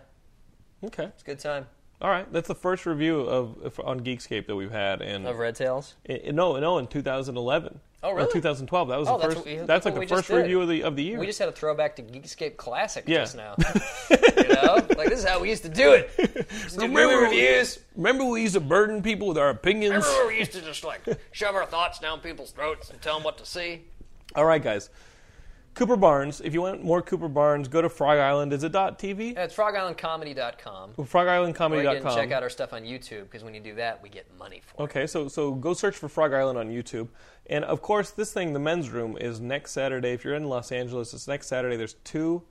S1: Okay.
S3: it's a good time.
S1: All right, that's the first review of on Geekscape that we've had, and
S3: Of Red Tails.
S1: I- no, no, in 2011.
S3: Oh,
S1: Or
S3: really?
S1: 2012. That was
S3: Oh,
S1: the
S3: that's
S1: first.
S3: what we-
S1: That's,
S3: that's
S1: like
S3: what
S1: the
S3: we just
S1: first review
S3: did.
S1: of the of the year.
S3: We just had a throwback to Geekscape Classic
S1: Yeah.
S3: just now. you know, like this is how we used to do it. Just do movie reviews.
S1: Remember, we used to burden people with our opinions.
S4: Remember we used to just like shove our thoughts down people's throats and tell them what to see?
S1: All right, guys. Cooper Barnes. If you want more Cooper Barnes, go to Frog Island. Is it dot TV?
S3: It's frogislandcomedy.com. Or you can
S1: FrogIslandComedy.com.
S3: check out our stuff on YouTube because when you do that, we get money for it.
S1: Okay, so so go search for Frog Island on YouTube, and of course this thing, the men's room, is next Saturday. If you're in Los Angeles, it's next Saturday. There's two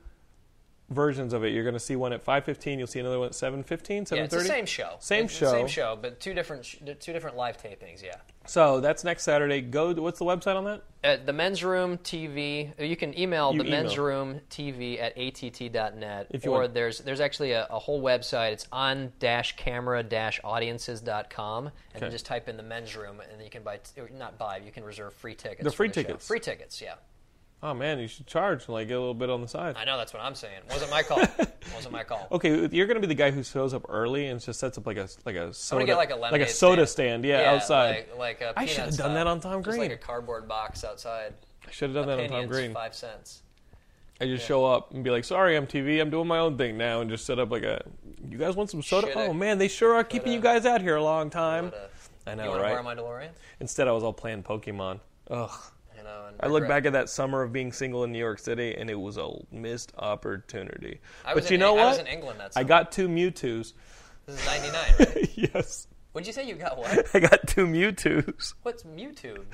S1: versions of it. You're going to see one at 5:15. You'll see another one at 7:15, 7:30.
S3: Yeah, it's the same show.
S1: Same
S3: It's the
S1: show.
S3: Same show, but two different sh- two different live tapings. Yeah.
S1: So that's next Saturday. Go. To, what's the website on that?
S3: At the men's room TV, you can email
S1: You
S3: the men's
S1: email.
S3: room TV at att.net.
S1: If you
S3: or
S1: want-
S3: there's there's actually a, a whole website. It's on dash camera dash audiences.com. And then
S1: Okay.
S3: just type in the men's room and then you can buy, t- or not buy, you can reserve free tickets.
S1: They're
S3: for
S1: free
S3: the show.
S1: tickets.
S3: Free tickets, yeah.
S1: Oh man, you should charge like a little bit on the side.
S3: I know that's what I'm saying. Wasn't my call. Wasn't my call.
S1: Okay, you're going to be the guy who shows up early and just sets up like a like a
S3: I'm
S1: soda
S3: gonna get like a lemonade
S1: soda stand, yeah, outside.
S3: Like, like a
S1: I should
S3: peanut
S1: have done that
S3: style.
S1: on Tom
S3: Just
S1: Green.
S3: like a cardboard box outside.
S1: I should have done that on Tom
S3: Opinions,
S1: Green.
S3: five cents.
S1: I just show up and be like, "Sorry, MTV, I'm doing my own thing now," and just set up like a. You guys want some soda?
S3: Shoulda.
S1: Oh man, they sure are keeping you
S3: Shoulda.
S1: guys out here a long time.
S3: But,
S1: I
S3: uh, you
S1: know,
S3: wanna
S1: right?
S3: borrow my DeLorean?
S1: Instead, I was all playing Pokemon. Ugh.
S3: You know, and
S1: I look
S3: regret.
S1: back at that summer of being single in New York City, and it was a missed opportunity.
S3: I was
S1: but you
S3: in-
S1: know
S3: I
S1: what?
S3: was in England that
S1: I
S3: summer.
S1: got two Mewtwo's.
S3: This is 99, right?
S1: yes,
S3: What'd you say you got what?
S1: I got two Mewtwo's.
S3: What's Mewtwo?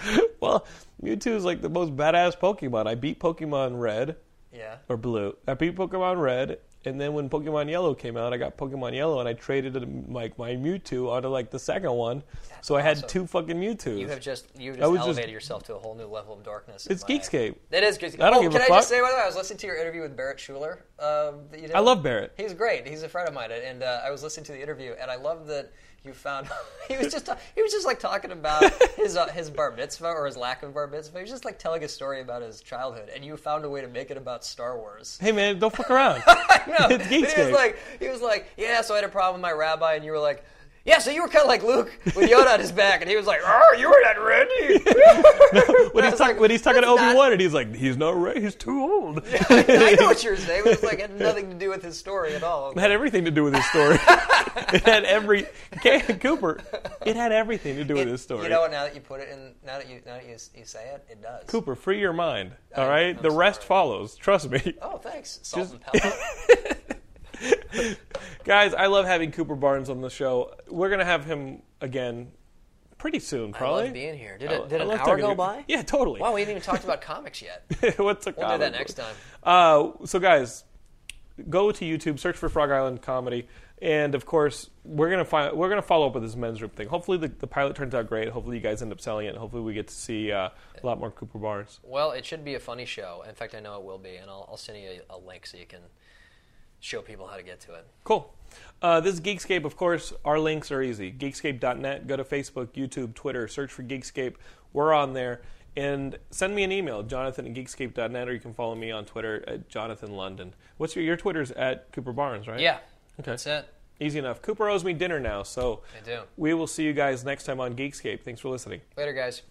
S1: well, Mewtwo is like the most badass Pokemon. I beat Pokemon Red
S3: Yeah.
S1: or Blue. I beat Pokemon Red, and then when Pokemon Yellow came out, I got Pokemon Yellow, and I traded it, like my Mewtwo onto like the second one. so I had
S3: awesome.
S1: two fucking Mewtwo's.
S3: You have just you just
S1: I was
S3: elevated
S1: just-
S3: yourself to a whole new level of darkness. in
S1: it's
S3: my-
S1: Geekscape.
S3: It is Geekscape.
S1: I don't
S3: oh,
S1: give a
S3: can I just
S1: fuck.
S3: say by the way, I was listening to your interview with Barrett Schuler. Um, that you did.
S1: I love Barrett.
S3: He's great. He's a friend of mine, and uh, I was listening to the interview, and I love that you found he was just he was just like talking about his uh, his bar mitzvah or his lack of bar mitzvah. He was just like telling a story about his childhood, and you found a way to make it about Star Wars.
S1: Hey man, don't fuck around.
S3: No,
S1: It's
S3: but He
S1: Geekscape.
S3: was like, he was like, yeah. So I had a problem with my rabbi, and you were like, yeah. So you were kind of like Luke with Yoda on his back, and he was like, oh, you were not ready.
S1: when,
S3: I
S1: he's
S3: was
S1: talk-
S3: like,
S1: when he's talking to
S3: that's
S1: Obi
S3: not-
S1: Wan, and he's like, he's not right. He's too old.
S3: I know what you were saying, but it's like it had nothing to do with his story at all.
S1: It had everything to do with his story. it had every K- Cooper. It had everything to do with his story.
S3: You know what? Now that you put it in, now that you now that you, you say it, it does.
S1: Cooper, free your mind. All right,
S3: I'm
S1: the rest
S3: sorry.
S1: follows. Trust me.
S3: Oh, thanks, salt and pepper.
S1: Guys, I love having Cooper Barnes on the show. We're gonna have him again pretty soon,
S3: I
S1: probably.
S3: love being here. Did,
S1: I-
S3: it, did
S1: I
S3: an
S1: love
S3: hour
S1: talking
S3: go
S1: to-
S3: by?
S1: Yeah, totally.
S3: Wow, we haven't even talked about comics yet.
S1: What's a
S3: We'll do that next time.
S1: Uh, so, guys, go to YouTube, search for Frog Island Comedy, and of course, we're gonna find we're gonna follow up with this men's room thing. Hopefully, the, the pilot turns out great. Hopefully, you guys end up selling it. Hopefully, we get to see uh, a lot more Cooper Barnes.
S3: Well, it should be a funny show. In fact, I know it will be, and I'll, I'll send you a, a link so you can show people how to get to it.
S1: Cool. Uh, this is Geekscape, of course. Our links are easy. Geekscape.net. Go to Facebook, YouTube, Twitter. Search for Geekscape. We're on there. And send me an email, Jonathan at Geekscape.net, or you can follow me on Twitter at Jonathan London. What's your your Twitter's at Cooper Barnes, right?
S3: Yeah,
S1: Okay.
S3: that's it.
S1: Easy enough. Cooper owes me dinner now, so
S3: I do.
S1: we will see you guys next time on Geekscape. Thanks for listening.
S3: Later, guys.